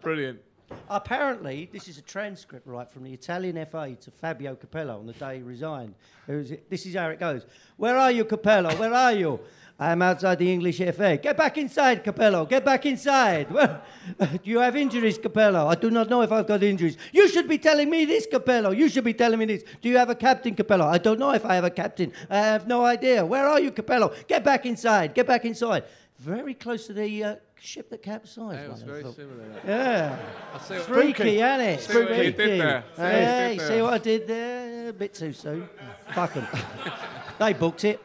Brilliant.
Apparently, this is a transcript right from the Italian FA to Fabio Capello on the day he resigned. It was- this is how it goes. Where are you, Capello? Where are you? (laughs) I'm outside the English FA. Get back inside, Capello. Get back inside. (laughs) Well, do you have injuries, Capello? I do not know if I've got injuries. You should be telling me this, Capello. You should be telling me this. Do you have a captain, Capello? I don't know if I have a captain. I have no idea. Where are you, Capello? Get back inside. Get back inside. very close to the uh, ship that capsized.
It was
one, I
very
thought.
similar. that.
yeah.
I see what-
Freaky, ain't it?
See what you did there. See what you
Yeah,
did
you
there.
see what I did there? A bit
(laughs)
too soon. Fuck 'em. they booked it.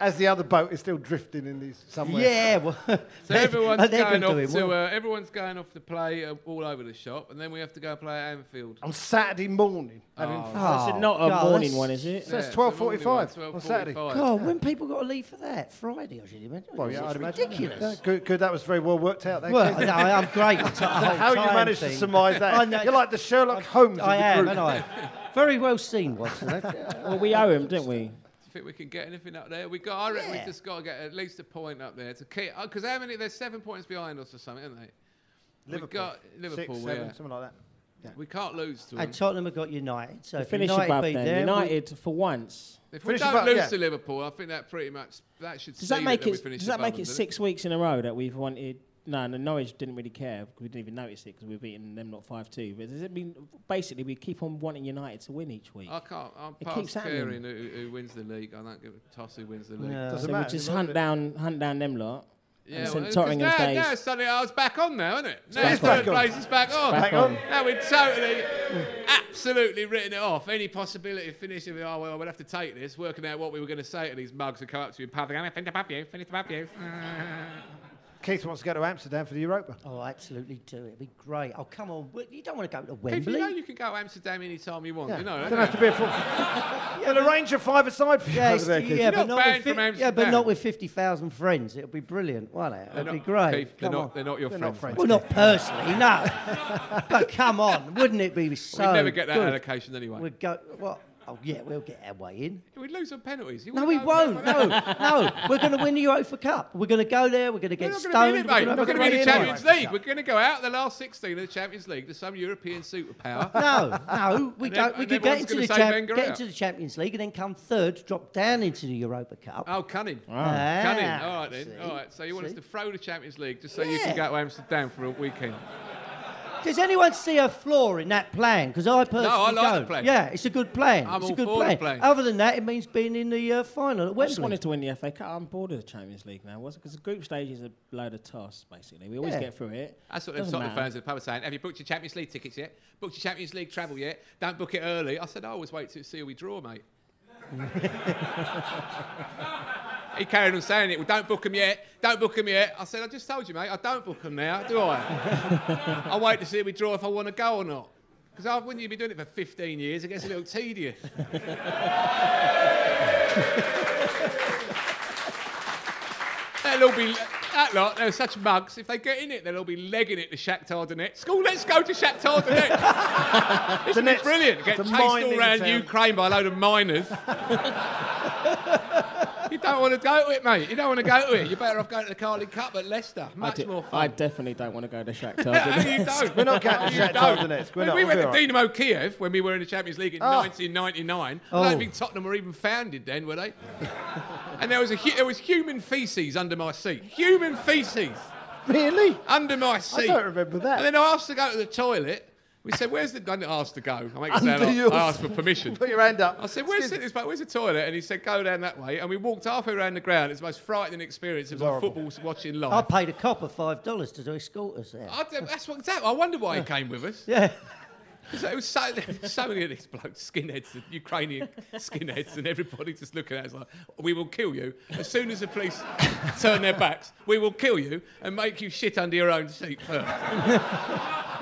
As the other boat is still drifting in these somewhere.
Yeah. Well,
So
(laughs) oh,
everyone's going off to uh, everyone's going off to play uh, all over the shop, and then we have to go play at Anfield.
On Saturday morning. having fun.
Oh,
It's not a morning one, is it?
So it's
Yeah,
12.45
so morning
on
one's
Saturday.
12:45.
God, when people got to leave for that? Friday, I should imagine.
Well, yeah,
It's
I'd imagine.
ridiculous.
Yeah, good, good, that was very well worked out there.
Well,
Keith.
no, I'm great.
(laughs)
at the whole
How you
time
managed to
thing.
surmise
I
that?
know.
You're like the Sherlock Holmes
I
of the
am,
group.
and I. Very well seen,
(laughs)
Watson. That-
Well, we owe him, didn't we?
Do you think we can get anything up there? We got. I reckon
Yeah.
we just got to get at least a point up there to keep. Because how many? They're seven points behind us or something, aren't they?
Liverpool.
We got Liverpool.
Six, seven,
yeah.
something like that.
We can't lose to them.
and Tottenham have got United, so if
Finish
United
above
beat
then.
them, we-
United, for once.
if we
finish
don't
above-
lose
yeah.
to Liverpool, I think that pretty much that should.
Does that
seal
make
we
it?
finish
Does that
above
make
them,
it
doesn't
six weeks in a row that we've wanted? No, no, Norwich didn't really care because we didn't even notice it because we were beating them not five two. But does it mean basically we keep on wanting United to win each week?
I can't. I'm
It
past
keeps happening.
caring who, who wins the league. I don't give a toss who wins the league.
No.
Doesn't
so we
matter.
just hunt down, hunt down them lot.
Yeah,
Since
well, 'cause
Tottingham's
now,
days.
now suddenly I was back on now, isn't it? Now
back
it's
on.
third place is back on.
back
on.
Now we've totally, absolutely written it off. Any possibility of finishing with, oh, well, we'll have to take this, working out what we were going to say to these mugs who come up to you and puffing, I'm going to finish above you, finish above you.
Keith wants to go to Amsterdam for the Europa.
Oh, absolutely do. It'd be great. Oh, come on. w- You don't want to go to
If you know
Wembley.
you can go to Amsterdam any time you want,
Yeah.
you know.
Don't
don't
have to be a
(laughs)
fool. They'll arrange a five-a-side for you
Yeah,
over there,
it's-
Keith.
yeah,
not
but not
banned from
with fi- yeah, but
Amsterdam.
not with 50,000 friends. It'll be brilliant, won't it?
They're
It'll be
not-
great.
Keith, they're,
Come
not,
on.
they're not your
They're not
friends.
friends.
Well, not personally, no. (laughs) but come on, wouldn't it be so
We'd never get that
good?
allocation anyway.
We'd go, what? Oh, yeah, we'll get our way in.
We'd lose on penalties. You
No,
wouldn't
we
know.
won't. No, no. We're going to win the UEFA Cup. We're going to go there. We're going to
We're
get
not
stoned.
going to be in it, mate. We're
we're
not
gonna
going to be in the
win it.
Champions League. We're going to go out the last 16 of the Champions League to some European superpower.
(laughs) No, no, we
And
don't.
ev-
we
and
could get
everyone's
into
gonna
the
say
champ,
Wenger
get
out.
into the Champions League and then come third, drop down into the Europa Cup.
Oh, cunning.
Ah,
Cunning. All right then.
see?
All right. So you want us
See?
to throw the Champions League just so you can
Yeah.
go to Amsterdam for a weekend?
Does anyone see a flaw in that plan? Because I personally
like the
don't.
plan.
Yeah, it's a good plan.
I'm
it's
all
a good
for the
plan.
plan.
Other than that, it means being in the uh, final at
I just
Wembley.
wanted to win the FA Cup. I'm bored of the Champions League now, was Because the group stage is a load of toss, basically. We always
Yeah.
get through it.
That's what them
Doesn't
Tottenham
matter.
fans at the pub are saying. Have you booked your Champions League tickets yet? Booked your Champions League travel yet? Don't book it early. I said, I always wait to see who we draw,
(laughs)
mate. he carried on saying it. Well, don't book 'em yet. Don't book 'em yet. I said, I just told you, mate. I don't book 'em now, do I? I wait to see who we draw if I want to go or not. Because wouldn't you be doing it for 15 years? It gets a little tedious. (laughs) They'll all be that lot. They're such mugs. If they get in it, they'll all be legging it to Shakhtar Donetsk. School, let's go to Shakhtar Donetsk.
(laughs)
It's
Donetsk,
brilliant. Get
the
chased all
mining
around
town.
Ukraine by a load of
(laughs)
miners. you don't want to go to it, mate. You don't want to go to it. You're better off going to the Carling Cup at Leicester.
I,
Much
de-
more
I
fun.
definitely don't want
(laughs)
to go to Shakhtar.
No,
Donetsk.
you don't. (laughs)
(laughs) We're not going to
You
Shakhtar
don't.
Donetsk.
When
We're not.
we went
We'll
to
be all
Dynamo Kiev when we were in the Champions League in
Oh.
1999. I don't
Oh.
think Tottenham were even founded then, were they? (laughs) and there was a hu- there was human feces under my seat. Human feces
Really?
under my seat.
don't remember that.
And then I asked to go to the toilet. We said, "Where's the?" I didn't ask to go. I make it sound
Under
like
your-
I asked for permission.
(laughs) Put your hand up.
I said, where's,
Excuse-
this, where's the toilet? And he said, go down that way. And we walked halfway around the ground. It's the most frightening experience of my
horrible.
football watching
I
life.
paid a copper five dollars to escort us there.
I, don't- that's what, exactly. I wonder why he came with us.
yeah, (laughs)
So it was so, so many of these blokes, skinheads, and Ukrainian skinheads, and everybody just looking at us like, "We will kill you as soon as the police turn their backs. We will kill you and make you shit under your own seat first.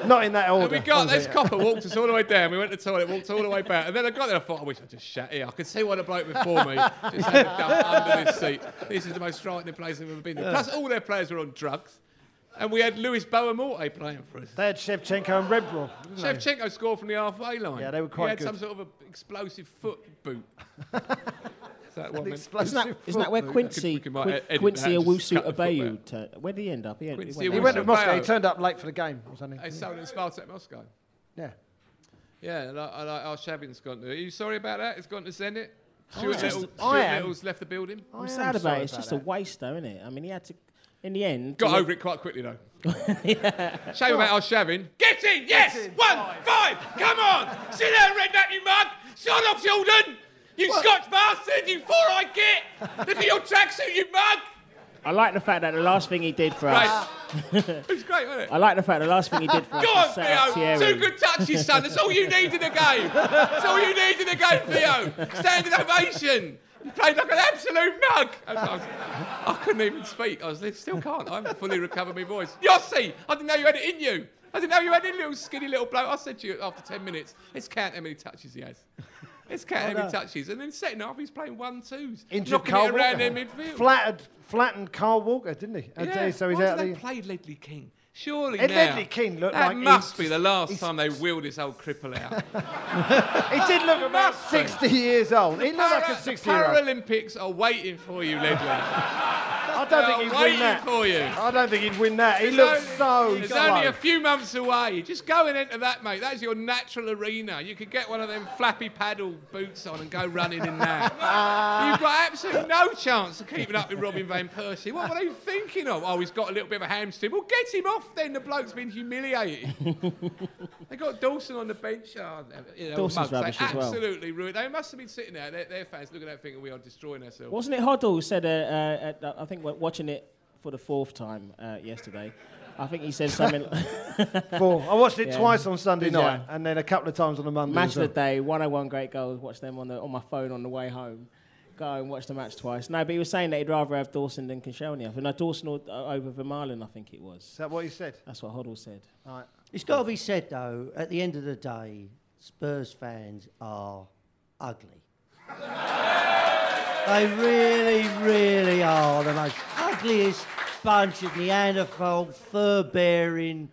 Not in that order.
And we got
was
this
it?
copper walked us all the way down. We went to the toilet, walked all the way back, and then I got there. I thought, I wish I just shat here. I could see what a bloke before me just had a dump under this seat. This is the most frightening place I've ever been. to. Plus, all their players were on drugs, and we had Luis Boamorte playing for us.
They had Shevchenko and Redbrook.
Shevchenko scored from the halfway line.
Yeah, they were quite
He had
good.
some sort of a explosive foot
(laughs)
boot. Is that what I meant?
Explosive
Isn't that, isn't that where
football.
Quincy,
we could might
Quin-
edit that
Quincy
and just
Owusu
cut the foot
Abayu, tu- where did he end up? He,
Quincy
went
He
there.
went to
Owusu.
Moscow. He
Wow.
turned up late for the game or something.
They sold in Spartak Moscow.
Yeah.
Yeah, and like, like our Shavin's gone to. Are you sorry about that? It's gone to send it. Stuart,
am.
Little, Stuart
I am.
Little's left the building.
I am
I'm sad
sorry
about it. It's just a
that.
waste, though, isn't it? I mean, he had to, in the end.
Got
he-
over it quite
(laughs)
quickly, though. Shame about our Shavin. Get in, yes! One, five. come on! Sit there, redneck, you mug! Shut up, children! You Scotch bastard, you four-eyed git! Look at your tracksuit, you mug!
I like the fact that the last thing he did for us.
Right.
Ah.
it's great, wasn't it?
I like the fact the last thing he did for us.
Go
was
on,
set up
Theo.
Thierry.
Two good touches, son. That's all you need in a game. That's all you need in a game, Theo. Standing ovation. You played like an absolute mug. I, was- I was- I couldn't even speak. I was, still can't. I haven't fully recovered my voice. Yossi, I didn't know you had it in you. I didn't know you had it, little skinny little bloke. I said to you after 10 minutes, let's count how many touches he has. Let's count how many touches. And then second half, he's playing one twos.
Injured
knocking
Carl
it
Walker.
around their midfield.
Flattered, flattened Carl Walker, didn't he? And uh, so he's
Why
out
do
of
they
the.
play Ledley King? Surely
And
now.
Ledley King looked
that
like
must be
he's-
the last
he's-
time they wheel this old cripple out.
He did look about
Must be.
60 years old. (laughs) He looked like a
Para-
60 year old.
Paralympics are waiting for you, Ledley.
I
they
don't
are
think he'd
waiting
win that.
for you.
I don't think he'd win that. He
It's
looks
only-
so
It's only
slow.
a few months away. Just go and enter that, mate. That's your natural arena. You could get one of them flappy paddle boots on and go running in there. You've got absolutely no chance of keeping up with Robin Van Persie. What were they thinking of? Oh, he's got a little bit of a hamstring. Well, get him off then. The bloke's been humiliated. they got Dawson on the bench. Oh, you know, mugs.
Dawson's
They
rubbish as well.
absolutely ruined. They must have been sitting there, their, their fans, looking at that thinking we are destroying ourselves.
Wasn't it Hoddle who said, uh, uh, at the- I think we're watching it for the fourth time uh, yesterday, I think he said something
(laughs)
(laughs) like,
Four. I watched it
Yeah.
twice on Sunday
Did
night
ya?
and then a couple of times on a Monday.
match
as
of the
well.
day, 101 great goals, watch them on, the, on my phone on the way home. Go and watch the match twice. No, but he was saying that he'd rather have Dawson than Koscielny. I think no, Dawson or, uh, over Vermaelen, I think it was.
Is that what he said?
That's what Hoddle said.
Oh, It's got to be said, though, at the end of the day, Spurs fans are
(laughs)
ugly. they really, really are the most ugliest bunch of Neanderthal, fur bearing.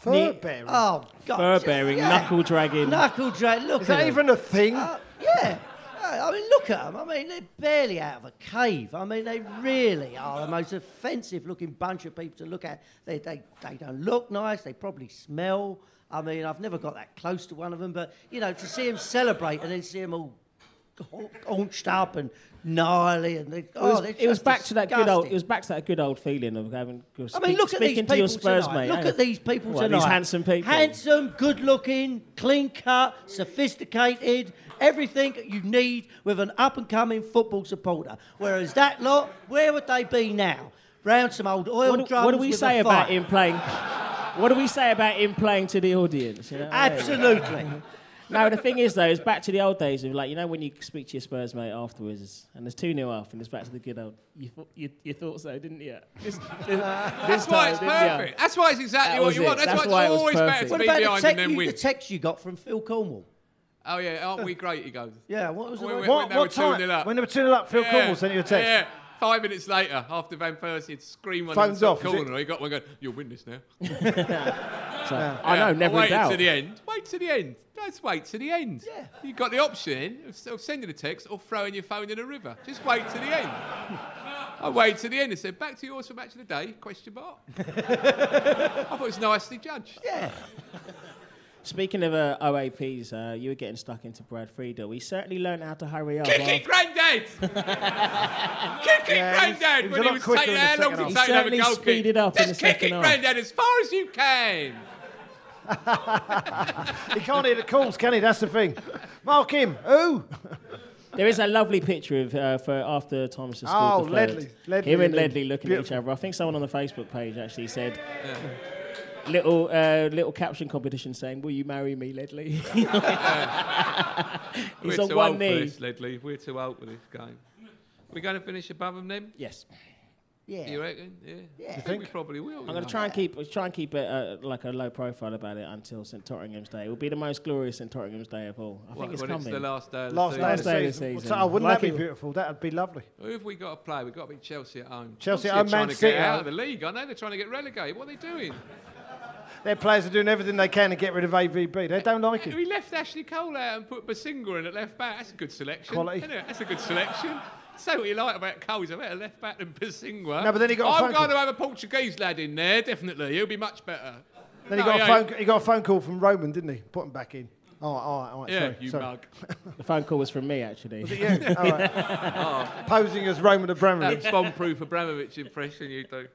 Fur bearing.
Oh, God.
Fur bearing,
yeah.
knuckle dragging.
Knuckle drag.
Ah.
Look
Is
at
that
'em.
even a thing?
Uh, yeah. Uh, I mean, look at them. I mean, they're barely out of a cave. I mean, they really are the most offensive looking bunch of people to look at. They, they, they don't look nice. They probably smell. I mean, I've never got that close to one of them, but, you know, to see them celebrate and then see them all haun- haunched up and gnarly and they,
It was,
oh, they're
it was
just
back to that good old.
disgusting.
It was back to that good old feeling of having.
I mean, look at these
speaking
people
to your Spurs
tonight.
mate.
Look
hang
at
on.
these people
What,
tonight.
These handsome people.
Handsome, good-looking, clean-cut, sophisticated, everything that you need with an up-and-coming football supporter. Whereas that lot, where would they be now? Round some old oil
what, do,
drums
what do we
with a
say about
fire.
him playing? What do we say about him playing to the audience? you know?
Absolutely.
No, the thing is though, it's back to the old days of like you know when you speak to your Spurs mate afterwards, and there's two 0 up, and it's back to the good old. You thought you, you thought so, didn't you? This, (laughs)
That's why it's perfect. That's why it's exactly
That
what
was
you want.
it.
That's,
That's
why
why it
it's
was
always better
perfect.
to
what
be
about the,
behind
tec-
and then
you, the
win.
text you got from Phil Cornwall?
Oh yeah, aren't we great? He goes.
Yeah, what was
Wait,
it?
wait,
What,
they
what
were 2-0
time?
up.
When they were 2 up, Phil Cornwall sent you a text.
Yeah. Five minutes later, after Van Persie had screamed one
Phones
in the
off,
top
is it?
corner, he got one going, you'll win this now.
I know,
Yeah,
never
wait
in doubt.
to the end. Wait to the end. Let's wait to the end.
Yeah.
You've got the option of, of sending a text or throwing your phone in a river. Just wait to the end. I waited to the end and said, back to yours for match of the day, question mark. (laughs) I thought it was nicely judged.
Speaking of uh, OAPs, uh, you were getting stuck into Brad Friedel. We certainly learned how to hurry up.
Kick
after-
it, (laughs) Grandad! kick it,
Yeah, he was- he
Grandad!
was
When he
a lot
was
quicker
taking
in the
how long
second
did it take to
half.
He
have a
certainly
goal
speeded
kick?
up in
Just
the
kick it,
second half.
Grandad, as far as you can.
He can't hear the calls, can he? That's the
(laughs)
thing. Mark him. Who?
There is a lovely picture of uh, for after Thompson scored
Oh,
the third.
Ledley. Ledley
Him and
and
Ledley
him.
looking
Beautiful.
at each other. I think someone on the Facebook page actually said. Little uh, little caption competition saying, "Will you marry me, Ledley?" (laughs) He's
We're
on
too
one
old
knee.
for this, Ledley. We're too old for this game. We're going to finish above them then?
yes,
You
Yeah.
reckon? Yeah. I think,
think?
we probably will.
I'm going to try and keep try and keep it uh, like a low profile about it until St Tottingham's Day. It will be the most glorious St Tottingham's Day of all. I think it's
when
coming.
it's the last day of the
Last
season.
day of
Last day
the
of the
season.
season.
Oh, wouldn't
Like
that
it-
be beautiful? That would be lovely.
Who have we got to play? We've got to beat Chelsea at home.
Chelsea at
are
home, Man
trying to
City
get
at
out
home.
of the league. I know they're trying to get relegated. What are they doing?
Their players are doing everything they can to get rid of AVB. They don't like him.
We left Ashley Cole out and put Basinga in at left back. That's a good selection.
Quality.
Isn't it? That's a good selection. Say what you like about Cole, he's a better left back than Basinga.
No, but then he got a
I'm
phone
going to have a Portuguese lad in there, definitely. He'll be much better.
Then he
No,
got, a
yeah,
phone, he got a phone call from Roman, didn't he? Put him back in. All right, all right, all right.
Yeah,
sorry,
you
(laughs) sorry.
mug.
the phone call was from me actually.
Is it you? All right.
(laughs) Oh.
Posing as Roman Abramovich.
That bomb-proof Abramovich impression you do.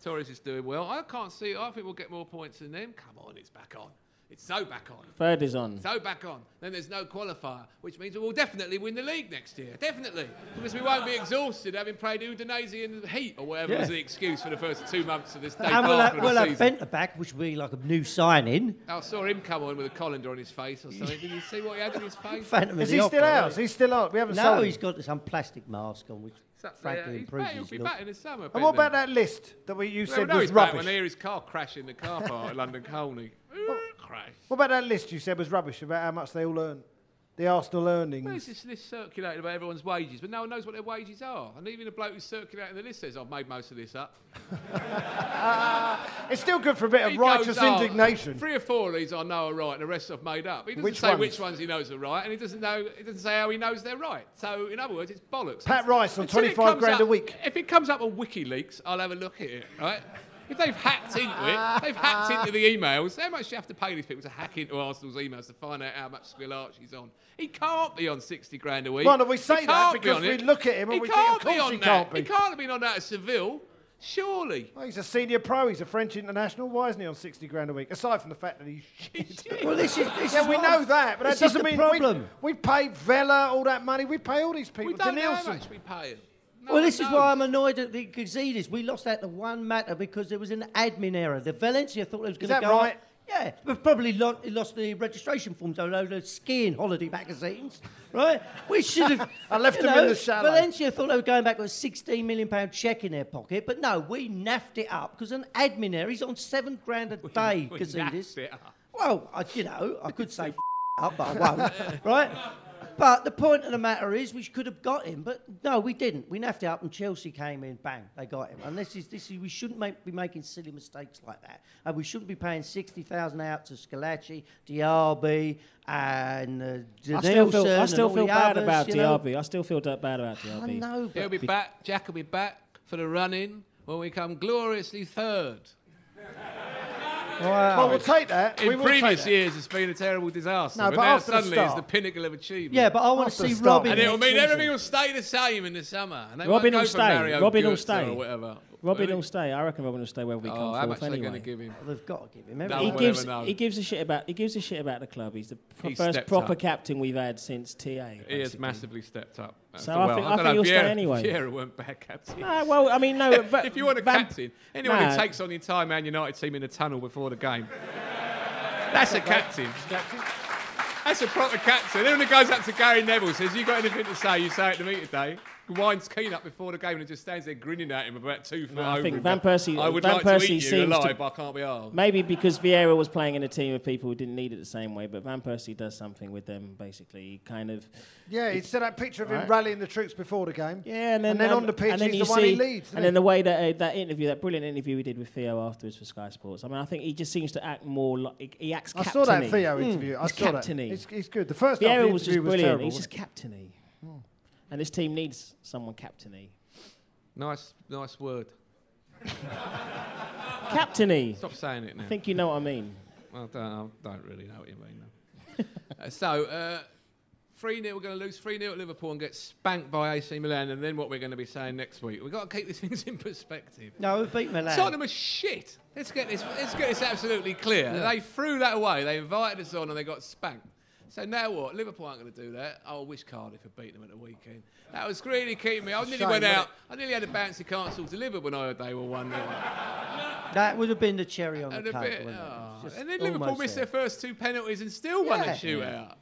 Torres is doing well. I can't see. I think we'll get more points than them. Come on, it's back on. It's so back on.
Third is on.
So back on. Then there's no qualifier, which means we'll definitely win the league next year. Definitely. Because we won't be exhausted having played Udinese in the heat or whatever
Yeah.
was the excuse for the first two months of this day.
and we'll, have,
after
we'll
the
have
season.
Benter back, which will be like a new signing.
I saw him come on with a colander on his face or something. Did you see what he had in his face?
Phantom of
Is
the
he still
Opera.
out? Is he still out? We haven't
No,
sold
he's
him.
got some plastic mask on, which
So- so, yeah,
frankly
he's
improves
back. He'll
his
be
look.
back in the summer.
And what
Ben,
about that list that we, you
then.
said
Well, no,
was
he's back when
rubbish?
they hear his car crash in the car park at London Colney. (laughs) crash.
What about that list you said was rubbish about how much they all earn? The Arsenal
There's
earnings.
this list circulated about everyone's wages, but no one knows what their wages are. And even the bloke who's circulating the list says, I've made most of this up.
It's still good for a bit of
He
righteous
goes, "Oh,
indignation.
Three or four of these I know are right, and the rest I've made up. He doesn't
Which
say
ones?
which ones he knows are right, and he doesn't know. He doesn't say how he knows they're right. So, in other words, it's bollocks.
Pat Rice on
Until it
25
comes
grand
up-
a week.
If it comes up on WikiLeaks, I'll have a look at it. Right? If they've hacked into it, they've hacked into the emails. How much do you have to pay these people to hack into Arsenal's emails to find out how much Squilarchi's on? He can't be on 60 grand a week.
Well, no, we
He
say that
can't be
because
on
we
it.
look at him and
He
we think, of
can't be
course
on
he
that.
can't be.
He can't have been on that at Seville, surely.
Well, he's a senior pro. He's a French international. Why isn't he on 60 grand a week? Aside from the fact that he's
(laughs)
shit.
Well, this is this
yeah,
is
we
what-
know that, but that
this is
doesn't
the
mean
problem.
We, we pay Vela all that money. We pay all these people.
We don't know how
Danielson.
much we pay him. No
well,
one
this is
knows.
why I'm annoyed at the Gazidis. We lost out to one matter because there was an admin error. The Valencia thought it was going
that
to go. up-
right?
Yeah, we've probably lo- lost the registration forms on the skiing holiday magazines, right? We should have.
(laughs) I left
you
them in
know,
the shallow.
Valencia thought they were going back with a 16 million pound cheque in their pocket, but no, we naffed it up because an admin error. He's on seven
(laughs)
grand a day,
we
Gazidis.
naffed it up.
Well, I, you know, I
(laughs)
could say up, but I won't, (laughs) right? But the point of the matter is, we could have got him, but no, we didn't. We naffed it up, and Chelsea came in, bang, they got him. And this is this is we shouldn't make, be making silly mistakes like that, and we shouldn't be paying sixty thousand out to Scalacci, Diaby, and uh,
I still feel,
Danielson
I
and
still
all
feel
the
bad
others,
about
you know?
DRB. I still feel da- bad about
I
DRB.
know,
He'll
but
be back. Jack will be back for the run-in when we come gloriously third.
Well, we'll take that. we
In
will
previous
take that.
years, it's been a terrible disaster.
No,
but,
but
now
after the
suddenly it's the
start-
pinnacle of achievement.
yeah, but I want to
After the
see
start.
Robin.
and it'll
next
mean
season.
everything will stay the same in the summer. And they won't
Robin
go
will
for
stay.
Mario
Robin will
Götze
stay.
Or whatever.
Robin
he-
will stay. I reckon Robin will stay whether we come
Oh, how much
fourth
are they going
anyway.
to give him?
They've got to give him
No,
everything.
He
we'll
gives,
never know.
he gives a shit about he gives a shit about the club. He's the pro-
He
first
stepped
proper
up.
captain we've had since TA.
He has
basically.
massively stepped up. uh, That's
So
the
I
well.
think- I
don't
think
know,
he'll stay
Vieira-
anyway.
Vieira weren't bad captain.
Ah, well, I mean, no. (laughs)
(laughs)
but
if you want a
Van-
captain, anyone
Nah.
who takes on the entire Man United team in a tunnel before the game, that's a captain. That's a proper captain. Anyone who goes up to Gary Neville says, "You got anything to say? You say it to me today." Winds keen up before the game and just stands there grinning at him about two foot
I
over
think
him.
Van Persie-
I would
Van
like
Persie
to eat you
seems to-
alive. but I can't be arsed.
Maybe because Vieira was playing in a team of people who didn't need it the same way, but Van Persie does something with them. Basically, he kind of
Yeah, it's that picture of him
Right.
rallying the troops before the game.
yeah, and then,
on the pitch,
and then
he's
you
the one
see-
he leads.
And then the way that uh, that interview, that brilliant interview we did with Theo afterwards for Sky Sports. I mean, I think he just seems to act more like he, he acts.
I saw that
captainy.
Theo interview. I
he's
saw that.
captaining.
It's, it's good. The first half of
Vieira
the
was just
interview was
brilliant.
terrible.
He's just captainy, Hmm. and this team needs
(laughs)
someone captainy.
Nice, nice word.
Captainy.
Stop saying it now.
I think you know what I mean.
I don't, I don't really know what you mean. though. uh, so, uh, 3 0, we're going to lose 3 0 at Liverpool and get spanked by AC Milan, and then what we're going to be saying next week. We've got to keep these (laughs) things in perspective.
No, we beat Milan.
Tottenham are shit. Let's get this, let's get this absolutely clear. They threw that away, they invited us on, and they got spanked. So now what? Liverpool aren't going to do that. Oh, I wish Cardiff had beaten them at the weekend. That was really keeping me. I nearly
shame,
went
wasn't
out. I nearly had a bouncy castle delivered when I heard they were 1 0.
That would have been the cherry on
And,
the
a
coke.
bit,
wouldn't it?
oh.
Just
and then Liverpool
almost
missed
there.
their first two penalties and still won a
Yeah.
shootout.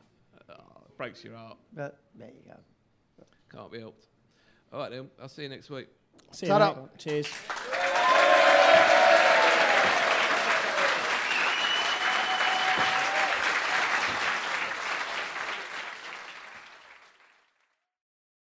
Oh, breaks your heart.
But there you go.
Can't be helped. All right, then. I'll see you next week.
See
Shut
mate.
up.
Cheers.